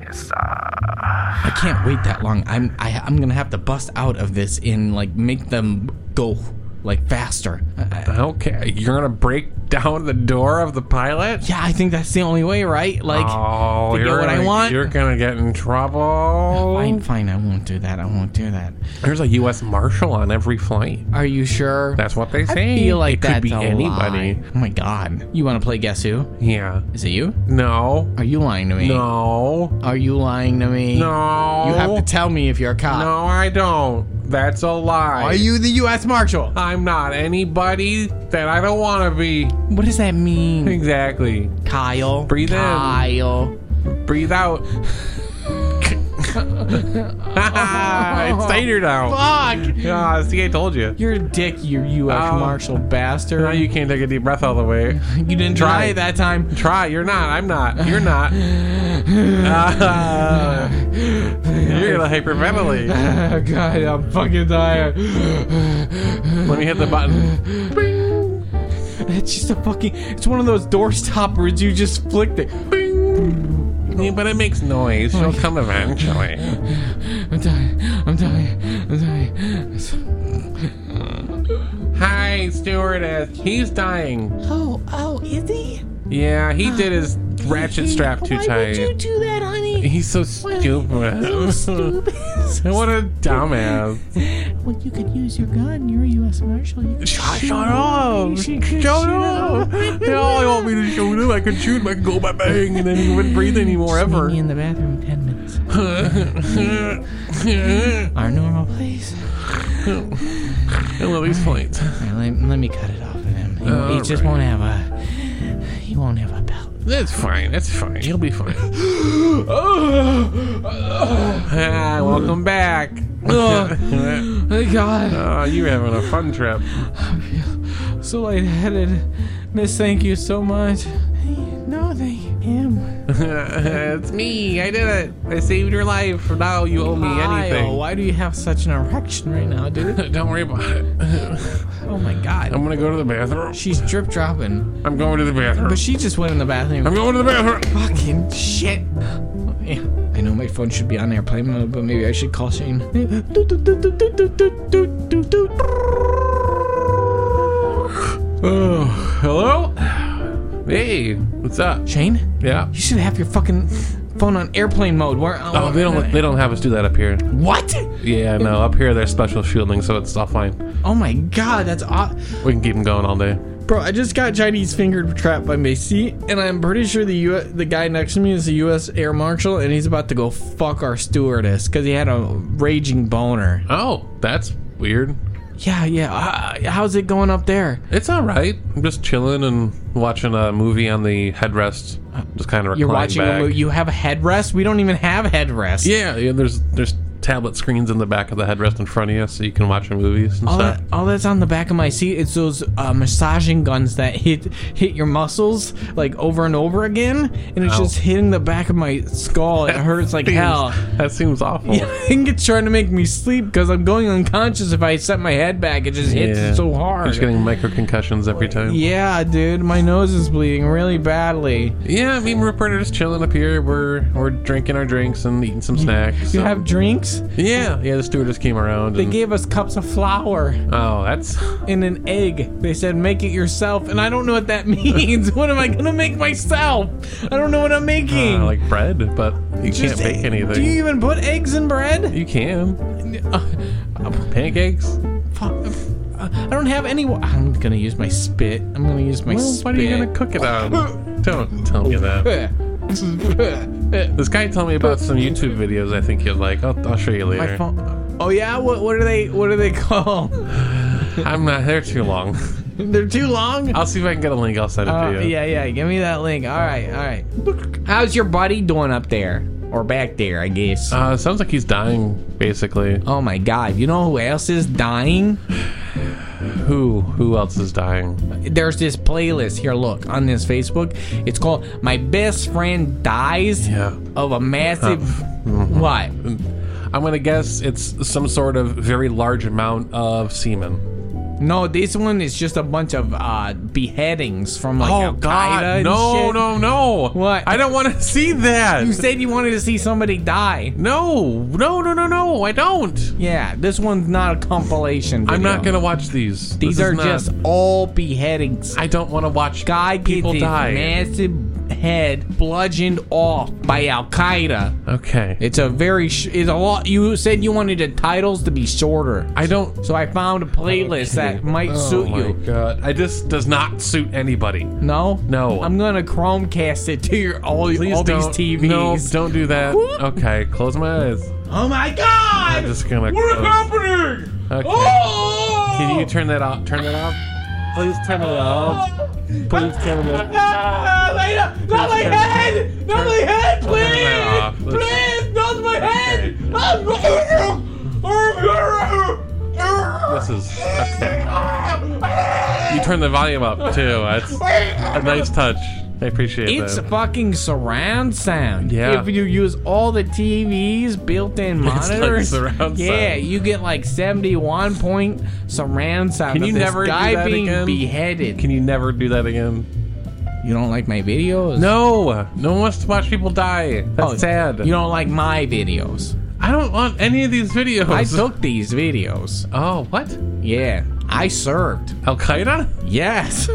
It's, uh, I can't wait that long. I'm I, I'm gonna have to bust out of this and like make them go like faster. I- I- Okay, you're gonna break down the door of the pilot. yeah, I think that's the only way, right? Like, Oh, to get you're what I gonna- want. You're gonna get in trouble. fine, fine. I won't do that. I won't do that. There's a U.S. Marshal on every flight. Are you sure? That's what they say. I feel like it that's could be a anybody. lie. Oh my god! You want to play Guess Who? Yeah. Is it you? No. Are you lying to me? No. Are you lying to me? No. You have to tell me if you're a cop. No, I don't. That's a lie. Are you the U.S. Marshal? I'm not anybody that I don't want to be. What does that mean, Exactly. Kyle? Breathe in. Kyle. Breathe *laughs* out. *laughs* it's tighter now. Fuck! Yeah, see, I told you. You're a dick, you U.S. Oh. Marshal bastard. Now you can't take a deep breath all the way. *laughs* You didn't Try. try it that time. Try. You're not. I'm not. *laughs* You're not. *laughs* Ah. you're gonna hyperventilate. God, I'm fucking tired. Let me hit the button. *sighs* *laughs* It's just a fucking. It's one of those door stoppers. You just flicked it. *sighs* Yeah, but it makes noise. She'll come eventually. I'm dying. I'm dying. I'm dying. Hi, stewardess. He's dying. Oh, oh, is he? Yeah, he did his ratchet strap too Why tight. would you do that, honey? *laughs* He's so stupid. *laughs* what a dumbass. Well, you could use your gun. You're a U.S. Marshal. You could Shut, shut up! Shut up! They all want me to shoot him. I could shoot him. I could go bang bang, and then he wouldn't breathe anymore meet me *laughs* ever. in the bathroom in ten minutes. I Our normal place. love these planes. All right, let, let me cut it off of him. He, he All just right. won't have a. He won't have a belt. That's fine. That's fine. He'll *laughs* be fine. Oh, ah, welcome *laughs* back. oh, Thank God. you were having a fun trip. *laughs* So lightheaded. Miss, thank you so much. No, thank him. it's me. I did it. I saved your life. Now you owe me Lyle, anything. oh, why do you have such an erection right now, dude? Don't worry about it. *laughs* Oh my God. *laughs* I'm gonna go to the bathroom. She's drip dropping, I'm going to the bathroom. but she just went in the bathroom. I'm going to the bathroom. *sighs* Fucking shit. Yeah, I know my phone should be on airplane mode, but maybe I should call Shane. Oh, hello? Hey, what's up? Shane, Yeah. you should have your fucking phone on airplane mode. Where? Oh, they don't they don't have us do that up here. What? Yeah, no, up here there's special shielding, so it's all fine. Oh my god, that's aw- We can keep them going all day. bro. I just got Chinese fingered trapped by Macy, and I'm pretty sure the U- the guy next to me is the U.S. Air Marshal, and he's about to go fuck our stewardess because he had a raging boner. Oh, that's weird. Yeah, yeah. Uh, how's it going up there? It's all right. I'm just chilling and watching a movie on the headrest. Just kind of You're watching a movie. You have a headrest. We don't even have headrests. Yeah, yeah. There's there's tablet screens in the back of the headrest in front of you, so you can watch movies and All, stuff. that, all that's on the back of my seat. It's those uh, massaging guns that hit hit your muscles like over and over again, and it's Ow. just hitting the back of my skull. *laughs* It hurts like Seems- hell. *laughs* That seems awful. I think it's trying to make me sleep because I'm going unconscious. If I set my head back, it just hits Yeah. so You're hard. just getting micro concussions every time. yeah, dude, my nose is bleeding really badly. Yeah, me and Rupert are just chilling up here. We're we're drinking our drinks and eating some snacks. You so- have drinks? yeah, yeah. The stewardess came around. They and- gave us cups of flour oh, that's and an egg. They said make it yourself, and I don't know what that *laughs* means. what am I gonna make myself? I don't know what I'm making. uh, like bread, but you can't Just bake egg- Do you anything. even put eggs in bread? You can Uh, pancakes. fuck. Uh, I don't have any. wa- I'm gonna use my spit. I'm gonna use my Well, spit. what are you gonna cook it on? *laughs* Don't tell me that. This guy told me about some YouTube videos. I think you'd like. I'll, I'll show *laughs* you my later. phone. Oh yeah. What what are they? What are they *laughs* called? I'm not there too *laughs* long. They're too long. I'll see if I can get a link. I'll send it Uh, to you. yeah yeah. Give me that link. All right all right. How's your buddy doing up there or back there? I guess. Uh, sounds like he's dying, basically. oh my god. You know who else is dying? Who? Who else is dying? there's this playlist here look on this facebook it's called my best friend dies Yeah. of a massive *laughs* what I'm gonna guess it's some sort of very large amount of semen. no this one is just a bunch of uh beheadings from like Al-Qaeda and Oh, No, shit. no, no! What? I don't want to see that. you said you wanted to see somebody die no, no, no, no, no! I don't. yeah this one's not a compilation I'm video. not gonna watch these. these This is are not- just all beheadings I don't want to watch guy gets people his die. massive head bludgeoned off by al-qaeda Okay. it's a very sh- it's a lot you said you wanted the titles to be shorter I don't. So I found a playlist that might Oh suit my you. God. I just does not suit anybody. No? No. I'm gonna Chromecast it to your all, all these Please don't. TVs. No, don't do that. Whoop. Okay, close my eyes. Oh my god! I'm just gonna. What close. happening? Okay. Oh! Can you turn that off? Turn that off. Please turn it off. Please turn it off. Ah, Lena, not my turn- head! Not my head, that off. please! Let's- Please, not my head! Okay. I'm- This is okay. You turn the volume up too. That's a nice touch. I appreciate It's that. fucking surround sound. Yeah. If you use all the TVs, built-in *laughs* It's like monitors, surround yeah, sound. you get like seventy-one point surround sound. Can of you this never do guy that being again? beheaded? Can you never do that again? you don't like my videos? No, no one wants to watch people die. That's Oh, sad. You don't like my *laughs* videos. I don't want any of these videos. I took these videos. oh, what? Yeah, I served. *laughs* Al Qaeda? Yes.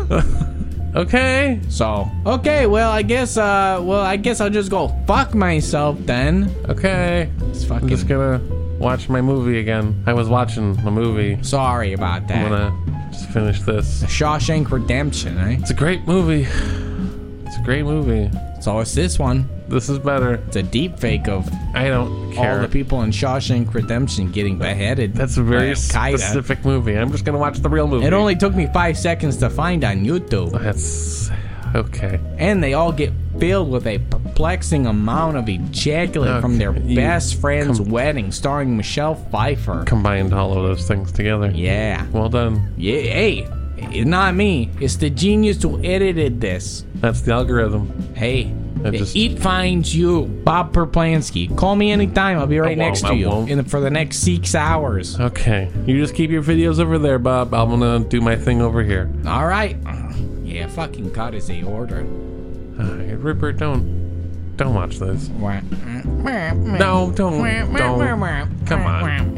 Okay. So okay, well I guess uh well I guess I'll just go fuck myself then. Okay. It's I'm fucking just gonna watch my movie again. I was watching a movie. sorry about that. I'm gonna just finish this. Shawshank Redemption, eh? It's a great movie. It's a great movie. So it's this one. This is better. It's a deep fake of I don't care. all the people in Shawshank Redemption getting beheaded. That's a very by Al-Qaeda. specific movie. I'm just gonna watch the real movie. It only took me five seconds to find on YouTube, That's okay. and they all get filled with a perplexing amount of ejaculate from their Okay, you- best friend's wedding, starring Michelle Pfeiffer. Combined all of those things together. yeah, Well done. yeah. Hey, it's not me. It's the genius who edited this. That's the algorithm. Hey, I the just- it finds you, Bob Perplansky. Call me anytime. I'll be right won't, next I to you won't. in the, for the next six hours. Okay. You just keep your videos over there, Bob. I'm gonna do my thing over here. All right. Yeah, fucking cut is the order. Alright, Ripper, don't Uh, don't watch this. What? No, don't don't come on.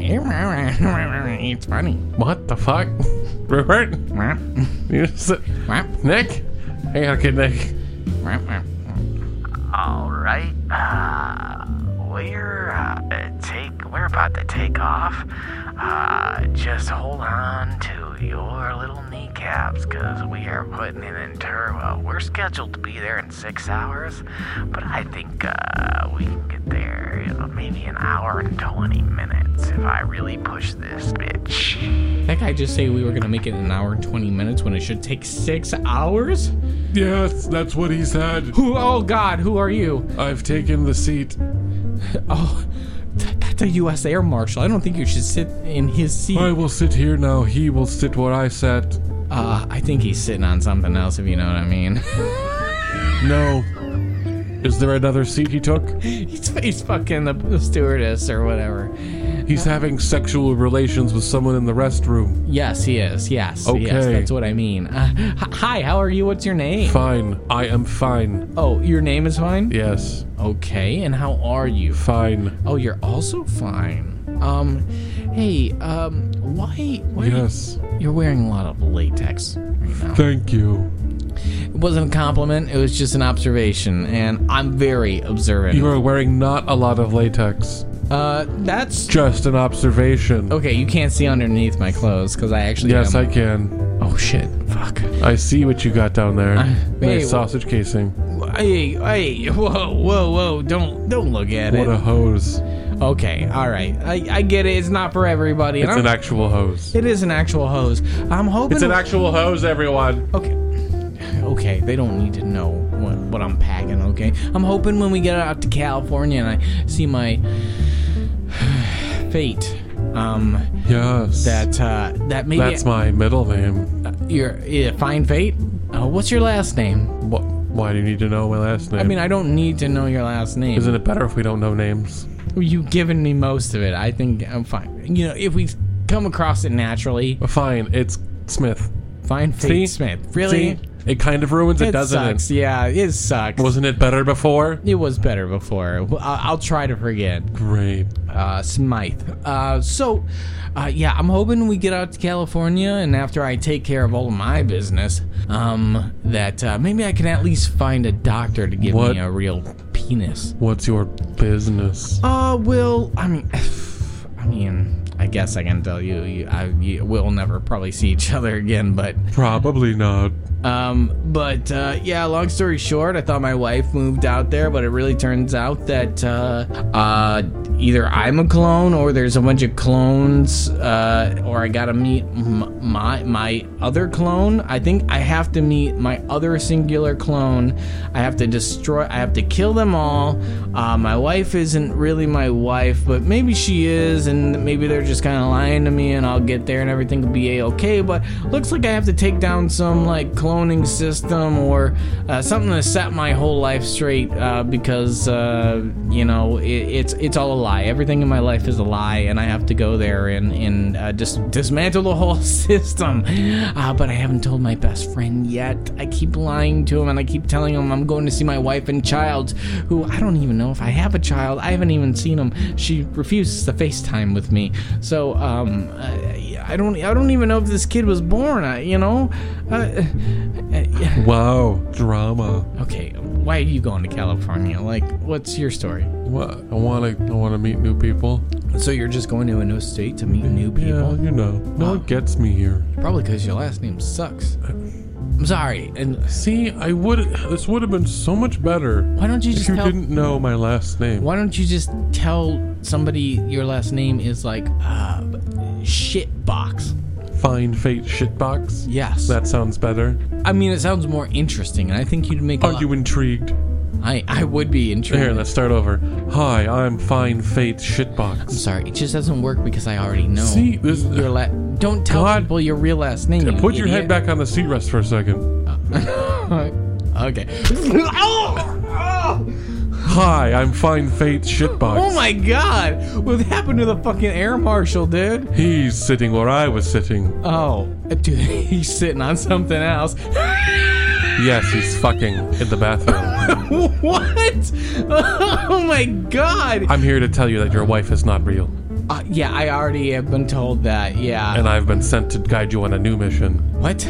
*laughs* It's funny. What the fuck? *laughs* Rupert? *laughs* You just, Nick? I gotta get Nick. All right. Uh, we're uh, take. We're about to take off. Uh, just hold on to your little kneecaps, cause we are putting it in turbo. We're scheduled to be there in six hours, but I think uh, we can get there you know, maybe an hour and twenty minutes if I really push this bitch. That guy just say we were gonna make it an hour and twenty minutes when it should take six hours. Yes, that's what he said. Who? Oh God, who are you? I've taken the seat. Oh, th- that's a U.S. Air Marshal. I don't think you should sit in his seat. I will sit here now. He will sit where I sat. Uh, I think he's sitting on something else, if you know what I mean. *laughs* No. Is there another seat he took? he's, he's fucking the, the stewardess or whatever. He's having sexual relations with someone in the restroom. Yes, he is. Yes. Yes, Okay. that's what I mean. Uh, h- hi, how are you? What's your name? Fine. I am fine. Oh, your name is fine? Yes. Okay, and how are you? Fine. Oh, you're also fine. Um, hey, um, why, why Yes. you're wearing a lot of latex right now? Thank you. It wasn't a compliment, it was just an observation, and I'm very observant. You are wearing not a lot of latex. uh, that's Just an observation. okay. You can't see underneath my clothes because I actually Yes, am- I can. oh shit, fuck. I see what you got down there. *laughs* wait, nice sausage casing. Hey, hey, whoa, whoa, whoa! Don't, don't look at What it. a hose. okay, all right. I, I get it. It's not for everybody. and It's I'm- an actual hose. it is an actual hose. I'm hoping. It's an actual hose, everyone. Okay. Okay, they don't need to know what, what I'm packing, okay? I'm hoping when we get out to California and I see my *sighs* fate, um, Yes. that, uh, that maybe That's my middle name. your yeah, fine fate. Uh, what's your last name? Wh- Why do you need to know my last name? I mean, I don't need to know your last name. Isn't it better if we don't know names? You've given me most of it. I think I'm fine. You know, if we come across it naturally, Fine, it's Smith. fine See? fate Smith. Really? See? It kind of ruins it, It doesn't sucks. it? Yeah, it sucks. Wasn't it better before? it was better before. Well, I- I'll try to forget. Great. uh, Smythe. Uh, so, uh, yeah, I'm hoping we get out to California, and after I take care of all of my business, um, that uh, maybe I can at least find a doctor to give What? me a real penis. What's your business? Uh, Will, I mean, *sighs* I mean, I guess I can tell you, you, I, you we'll never probably see each other again, but Probably not. um, but uh, yeah, long story short, I thought my wife moved out there, but it really turns out that uh, uh, either I'm a clone or there's a bunch of clones, uh, or I gotta meet m- my my other clone. I think I have to meet my other singular clone. I have to destroy. I have to kill them all. Uh, my wife isn't really my wife, but maybe she is, and maybe they're just kind of lying to me, and I'll get there and everything will be a okay. But looks like I have to take down some like cloning system or uh, something to set my whole life straight uh, because uh, you know it, it's it's all a lie. Everything in my life is a lie, and I have to go there and and uh, just dismantle the whole *laughs* system. Uh, but I haven't told my best friend yet. I keep lying to him, and I keep telling him I'm going to see my wife and child, who I don't even know if I have a child. I haven't even seen him. She refuses to FaceTime with me, so um, I, I don't. I don't even know if this kid was born. I, you know. Uh, uh, Wow, drama. okay, why are you going to California? Like, what's your story? What? I want to. I want to meet new people. So you're just going to a new state to meet new Yeah, people? you know, no one gets me here. Probably because your last name sucks. I'm sorry. And See, I would. This would have been so much better why don't you if just you tell? didn't know my last name. Why don't you just tell somebody your last name is like uh, shit box? Fine fate shitbox. Yes. That sounds better. I mean, it sounds more interesting, and I think you'd make. a Are lot- Oh, you intrigued? I I would be intrigued. Here, let's start over. Hi, I'm Fine Fate Shitbox. Sorry, it just doesn't work because I already know. See, this- your la- don't tell God. people your real last name. you Put your head idiot. back on the seat rest for a second. *laughs* Okay. oh, Hi, I'm Fine Fate Shitbox. oh my God! What happened to the fucking air marshal, dude? He's sitting where I was sitting. Oh, dude, *laughs* he's sitting on something else. *laughs* Yes, he's fucking in the bathroom. *laughs* what? Oh my God! I'm here to tell you that your wife is not real, Uh, yeah, I already have been told that. Yeah. and I've been sent to guide you on a new mission. What?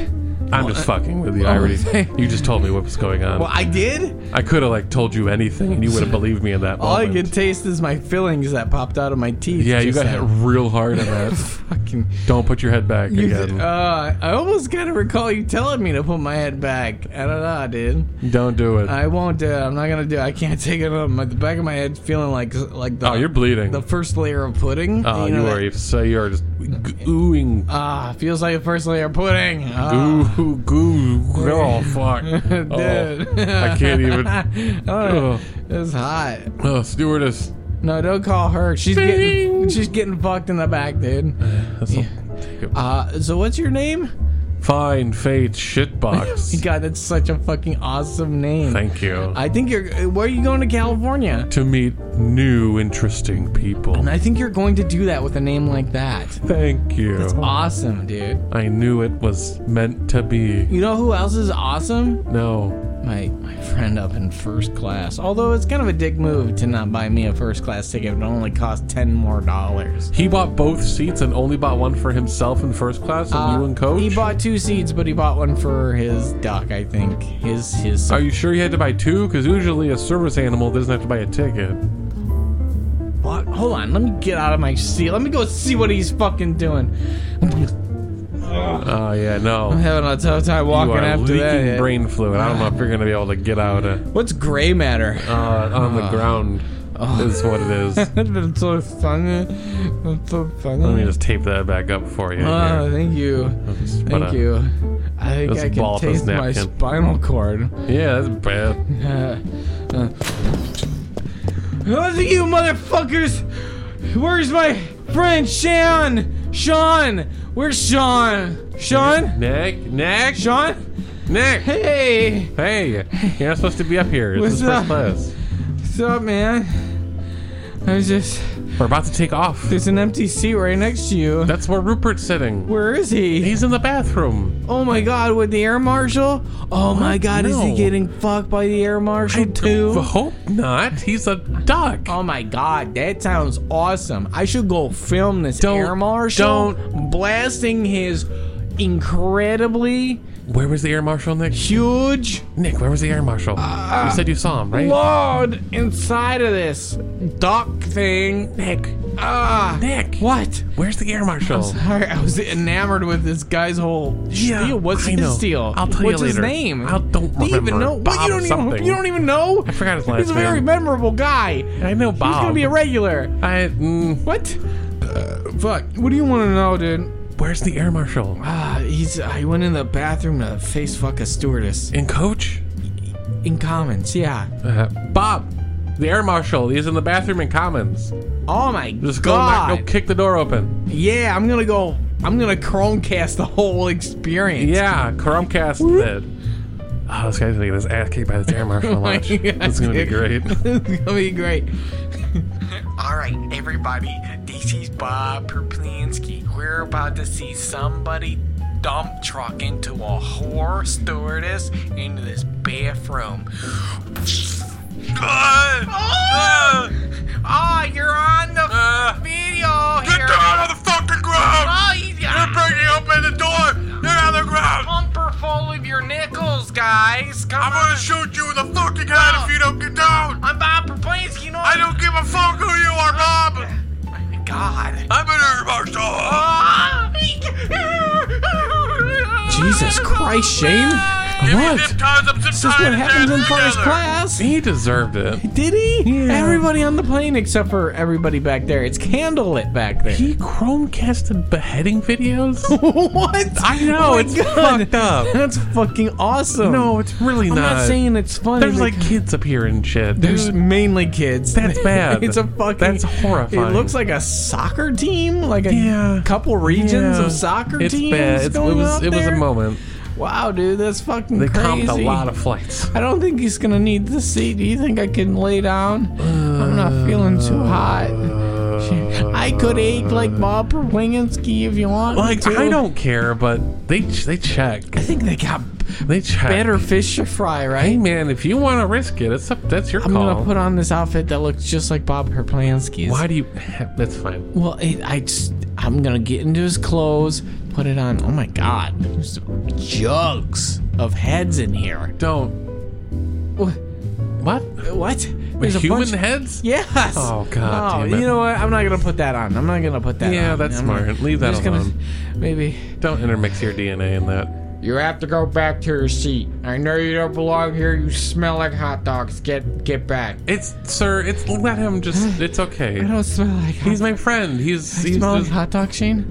I'm just fucking with you. *laughs* I already. okay. You just told me what was going on. uh, oh, Well, I did. I could have like told you anything, and you would have believed me in that All I moment. could taste is my fillings that popped out of my teeth. yeah, you just got hit now. real hard *laughs* on that. fucking. Don't put your head back You again. th- uh, I almost kind of recall you telling me to put my head back. I don't know, dude. Don't do it. I won't do it. I'm not gonna do it. I can't *laughs* take it. Um, the back of my head's feeling like like the oh, you're bleeding. the first layer of pudding. Oh, you, know are that- you so you are just g- ooing Ah, feels like the first layer of pudding. Ah, *laughs* ooh goo. Oh fuck! dude, Oh, I can't *laughs* even. Oh, it's hot. oh, stewardess. No, don't call her. She's getting Bing. she's getting fucked in the back, dude. That's a- take a- Uh, so what's your name? Fine *laughs* fate shitbox. God, that's such a fucking awesome name. Thank you. I think you're. Where are you going to California? to meet new interesting people. And I think you're going to do that with a name like that. Thank you. Awesome, dude. I knew it was meant to be. You know who else is awesome? No, My my friend up in first class. Although it's kind of a dick move to not buy me a first class ticket. It only cost ten more dollars. he bought both seats and only bought one for himself in first class, and you and coach. Uh, He bought two seats, but he bought one for his duck. I think his his. Are you sure he had to buy two? Because usually a service animal doesn't have to buy a ticket. What? Hold on, let me get out of my seat. Let me go see what he's fucking doing. Oh yeah, no. I'm having a tough time walking You are after leaking that. brain fluid. I don't know if you're gonna be able to get out of, What's gray matter? uh, on Ah. the ground. Is what it is. *laughs* Let That's so funny. That's so funny. me just tape that back up for you. uh, Oh, thank you. Just put Thank a- you. I think Let's I can ball this taste my napkin. spinal cord. *laughs* Yeah, that's bad. Uh, uh. Those of you motherfuckers! Where's my friend Sean? Sean! Where's Sean? Sean? Nick, Nick, Sean? Nick. Hey! Hey, you're not supposed to be up here. This is What's up? first class. What's up, man? I was just. We're about to take off. There's an empty seat right next to you. That's where Rupert's sitting. Where is he? He's in the bathroom. Oh my god, with the air marshal? Oh my god, is he No. getting fucked by the air marshal too? Oh, Hope not. He's a duck. Oh my god, that sounds awesome. I should go film this Don't- air marshal don't. blasting his incredibly Where was the air marshal, Nick? huge Nick, where was the air marshal? Ah. you said you saw him, right? load inside of this duck thing. Nick, Ah, Nick. what? Where's the air marshal? Sorry, I was enamored with this guy's whole Yeah, spiel. What's I his know. deal? I'll tell you What's his later. name? I don't Do you even remember. know? What, you Bob don't even something. you don't even know? I forgot his He's last a very name. memorable guy. I know Bob. He's gonna be a regular. I, mm, What? Uh, fuck. What do you want to know, dude? where's the air marshal? Ah, he's. I went in the bathroom to face fuck a stewardess. And coach? In commons, yeah. Uh, Bob, the air marshal. He's in the bathroom in commons. Oh my Just go, god. knock, go kick the door open. Yeah, I'm gonna go. I'm gonna Chromecast the whole experience. Yeah, Chromecast did. Oh, this guy's gonna get his ass kicked by this *laughs* air marshal Oh my lunch. God, It's gonna be dude. great. *laughs* it's gonna be great. *laughs* All right, everybody, this is Bob Perplinski. We're about to see somebody dump truck into a whore stewardess into this bathroom. Ah! Oh, you're on the video here. Uh, Get down on the fucking ground! Oh, he's- ah, guys. Come I'm on. gonna shoot you in the fucking head if you don't get down. I'm Bob Proplansky. You know I don't give a fuck who you are, Bob. Oh my God. I'm an air marshal. Jesus Christ, Shane. Ah, Give me What? zip ties up, zip This is what happens in first class. He deserved it. Did he? Everybody on the plane except for everybody back there. It's candlelit back there. He Chromecasted beheading videos? *laughs* what? *laughs* I know, Oh my it's God. *laughs* fucked up. That's fucking awesome. No, it's really I'm not. not, saying it's funny. There's but like kids up here and shit. there's Dude, mainly kids. *laughs* That's bad. it's a fucking. That's horrifying. It looks like a soccer team, like a Yeah. couple regions yeah. of soccer it's teams. Bad. It's going It was out it was a there. moment. Wow, dude, that's fucking They crazy. comped a lot of flights. I don't think he's gonna need the seat. Do you think I can lay down? I'm not feeling too hot. I could ache like Bob Perwinski if you want. me Like to. I don't care, but they ch- they check. I think they got They check. better fish to fry, Hey right? man, if you want to risk it, it's up, that's your I'm call. gonna put on this outfit that looks just like Bob Herplansky's. Why do you? That's fine. Well, it, I just, I'm gonna get into his clothes, put it on. Oh my god, there's jugs of heads in here. Don't. Wha- What? What? There's a human bunch- heads? Yes. Oh, God No, damn it. You know what? I'm not gonna put that on. I'm not gonna put that. Yeah, on. that's I'm smart. not- Leave that I'm just alone. Gonna, maybe Don't intermix your DNA in that. you have to go back to your seat. I know you don't belong here. You smell like hot dogs. Get get back. It's sir. It's let him *sighs* just. It's I okay. don't smell like. He's my friend. He's you he's. smell like just- hot dog, Shane.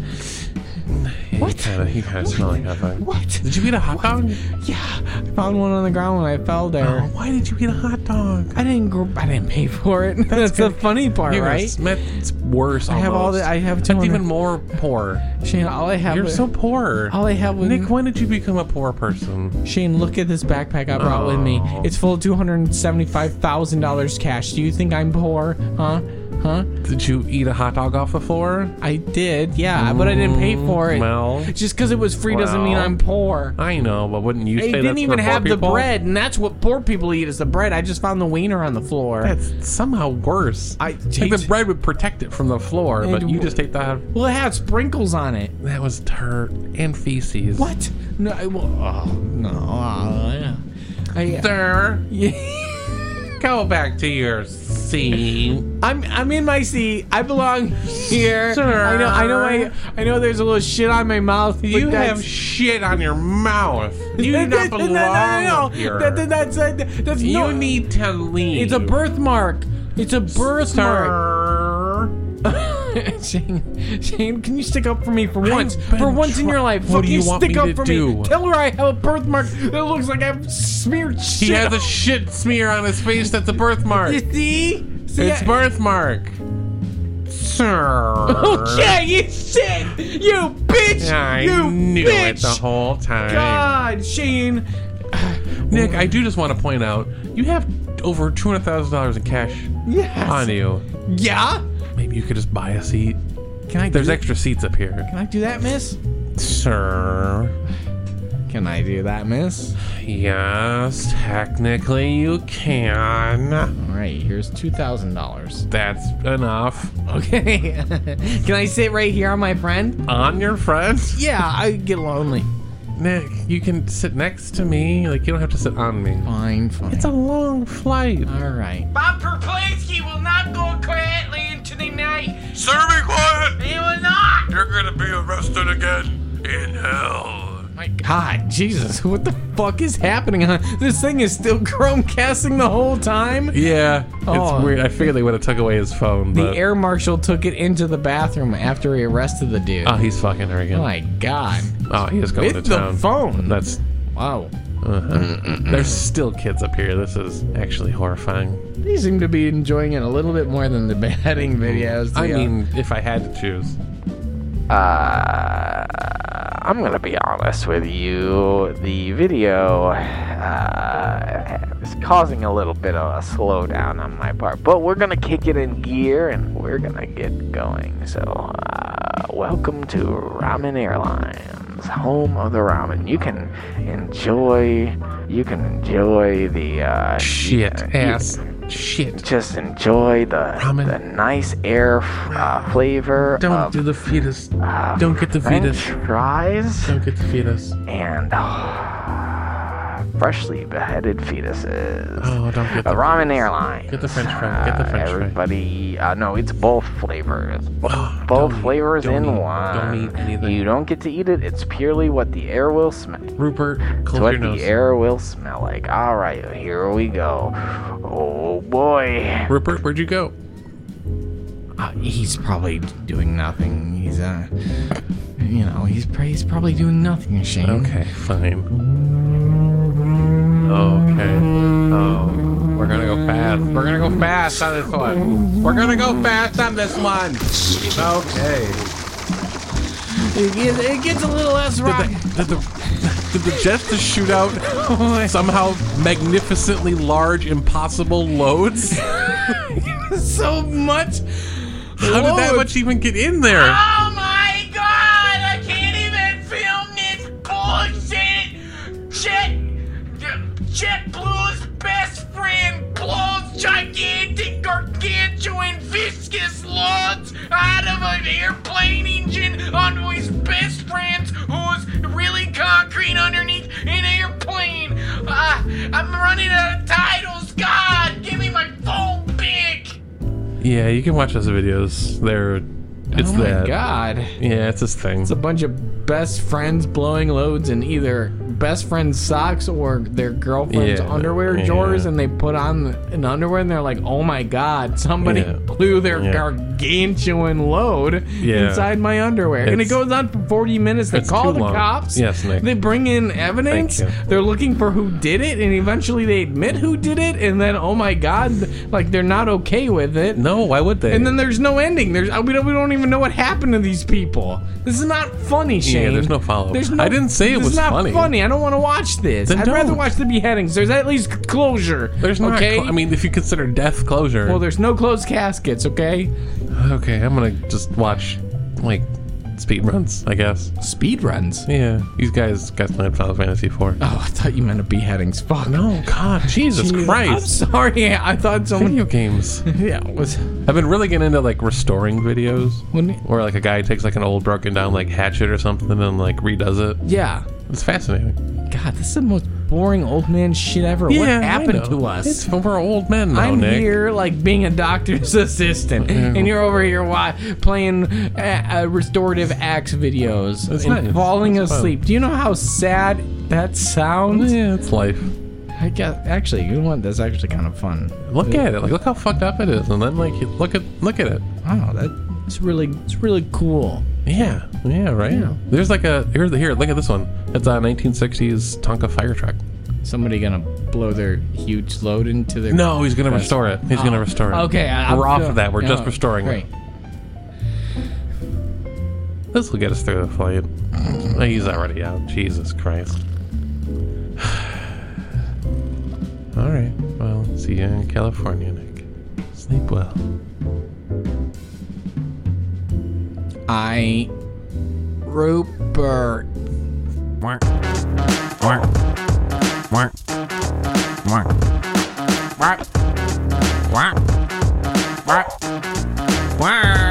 What? He kinda, he kinda smell like hot dog. What? Did you eat a hot dog? Yeah, I found one on the ground when I fell there. Oh, why did you eat a hot dog? I didn't. Gr- I didn't pay for it. *laughs* That's, the funny part, You're right? That's worse. I have all almost. the. I have two. That's on even the- more poor. Shane, all I have. You're was- so poor. All I have was Nick, when did you become a poor person? Shane, look at this backpack I brought with me. Oh. It's full of two hundred and seventy-five thousand dollars cash. Do you think I'm poor? Huh? Huh? Did you eat a hot dog off the floor? I did, yeah, but I didn't pay for it. Mm, Well, Just because it was free doesn't mean Well. I'm poor. I know, but wouldn't you They say didn't that's even for have poor the people? bread, and that's what poor people eat is the bread. I just found the wiener on the floor. That's somehow worse. I- think the bread would protect it from the floor, but And you wh- just ate that. well, it had sprinkles on it. That was dirt and feces. What? No, I, well, oh, no. Oh, yeah. I, Sir, *laughs* yeah. go back to your seat. I'm I'm in my seat. I belong here. Sir. I know I know I I know there's a little shit on my mouth. but you have that's- shit on your mouth. *laughs* You do *laughs* not No, no, belong no, no. here. That- that- that's that- that's you no. need to leave. It's a birthmark. It's a birthmark. *laughs* Sir. Shane, Shane, can you stick up for me for once? been For once in try- your life, What do fucking you want stick me up to for do? me. Tell her I have a birthmark that looks like I've smeared shit. He has on- a shit smear on his face. That's *laughs* a birthmark. You see? See, It's I- birthmark. *laughs* Sir. Okay, Oh, you shit, you bitch, I you knew bitch. it the whole time. God, Shane. Nick, I do just want to point out you have over two hundred thousand dollars in cash Yes. on you. Yeah. Maybe you could just buy a seat. Can I? There's do, extra seats up here, Can I do that, Miss? sir. Can I do that, Miss? Yes, technically you can. All right. Here's two thousand dollars. That's enough. Okay. *laughs* Can I sit right here on my friend? On your friend, Yeah, I get lonely. Nick. You can sit next to me. Like you don't have to sit on me. Fine, fine. It's a long flight. All right. Bob Proplansky will not go quietly into the night. Sir, be quiet. He will not. You're gonna be arrested again in hell. My God, Jesus, what the fuck is happening? Huh? This thing is still *laughs* Chromecasting the whole time. Yeah, Oh. it's weird. I figured they would have took away his phone. The but, air marshal took it into the bathroom after he arrested the dude. Oh, he's fucking her again. Oh my God. Oh, he is going With to the town. phone. That's Wow. there's still kids up here. This is actually horrifying. They seem to be enjoying it a little bit more than the *laughs* batting videos. I Yeah. mean, if I had to choose, Uh, I'm gonna be honest with you. The video uh, is causing a little bit of a slowdown on my part, but we're gonna kick it in gear and we're gonna get going. So, uh, welcome to Ramen Airlines, home of the ramen. You can enjoy, you can enjoy the uh, shit, you- ass, shit. just enjoy the Ramen. the nice air f- uh, flavor Don't of do the fetus. uh, Don't get the French fetus. fries Don't get the fetus. and uh, freshly beheaded fetuses. Oh, don't get Uh, the ramen airline. Get the French fry. Get the French fry. Everybody, uh, no, it's both *sighs* flavors. both eat- flavors don't in eat- one. don't eat anything. You don't get to eat it. It's purely what the air will smell. Rupert, It's close what your nose. the air will smell like. All right, here we go. Oh boy. Rupert, where'd you go? Uh, he's probably doing nothing. He's uh, you know, he's pr- he's probably doing nothing, Shane. Okay, fine. Okay. Oh, we're gonna go fast. We're gonna go fast on this one. We're gonna go fast on this one. Okay. It, gets- it gets a little less rock. Did the, did the jets just shoot *laughs* out somehow magnificently large, impossible loads? *laughs* so much. How did that Loads. much even get in there? Oh my god! I can't even film this bullshit! Jet. JetBlue's best friend blows gigantic, gargantuan, viscous loads out of an airplane engine onto his best friend's, who's really concrete underneath an airplane. Uh, I'm running out of titles. God, give me my phone back! Yeah, you can watch those videos. They're it's Oh my that. god. Yeah, it's this thing. It's a bunch of best friends blowing loads in either best friend's socks or their girlfriend's Yeah, underwear yeah. drawers, and they put on an underwear and they're like, "Oh my god, somebody Yeah. blew their Yeah. gargantuan load Yeah. inside my underwear." and it It's- goes on for forty minutes. They It's call too the long. cops. Yes, Nick. They bring in evidence. you. They're looking for who did it, and eventually they admit who did it. And then, oh my god, like they're not okay with it. no, why would they? And then there's no ending. There's we don't, we don't even know what happened to these people. This is not funny, Shane. there's no follow-up. There's I didn't say it this is was not funny. I don't want to watch this. Then I'd rather don't. watch the beheadings. There's at least c- closure. there's not. Okay. I mean, if you consider death closure. well, there's no closed caskets. Okay. Okay, I'm gonna just watch like speed runs, I guess. Speed runs. Yeah, these guys got playing Final Fantasy IV. Oh, I thought you meant a beheadings. Fuck. no, God, Jesus Jeez. I'm Christ! sorry. I thought someone. Video games. Yeah. it Was I've been really getting into like restoring videos, when. where like a guy takes like an old broken down like hatchet or something and like redoes it. Yeah. It's fascinating. God, this is the most boring old man shit ever. what I happened know. to us? It's, we're old men now, I'm Oh, Nick. here like being a doctor's *laughs* assistant, and you're over here why, playing uh, uh, restorative acts videos It's and nice. falling It's fun. asleep. Do you know how sad that sounds? Yeah, it's life. I guess actually, you know what? That's actually kind of fun. Look at it. Like, look how fucked up it is, and then like, you look at look at it. Wow, that's really it's really cool. Yeah, yeah, right. Yeah. There's like a here's the here. Look at this one. It's a 1960s Tonka fire truck. Somebody gonna blow their huge load into their No, he's gonna restore it. He's gonna restore it. uh, Okay, I, we're I'm off feel- of that. We're just oh, restoring Great. it. This will get us through the flight. Oh, he's already out. Jesus Christ. *sighs* All right. Well, see you in California, Nick. Sleep well. I Rupert. Quack. Quack. Quack. Quack. Quack. Quack. Quack. Quack.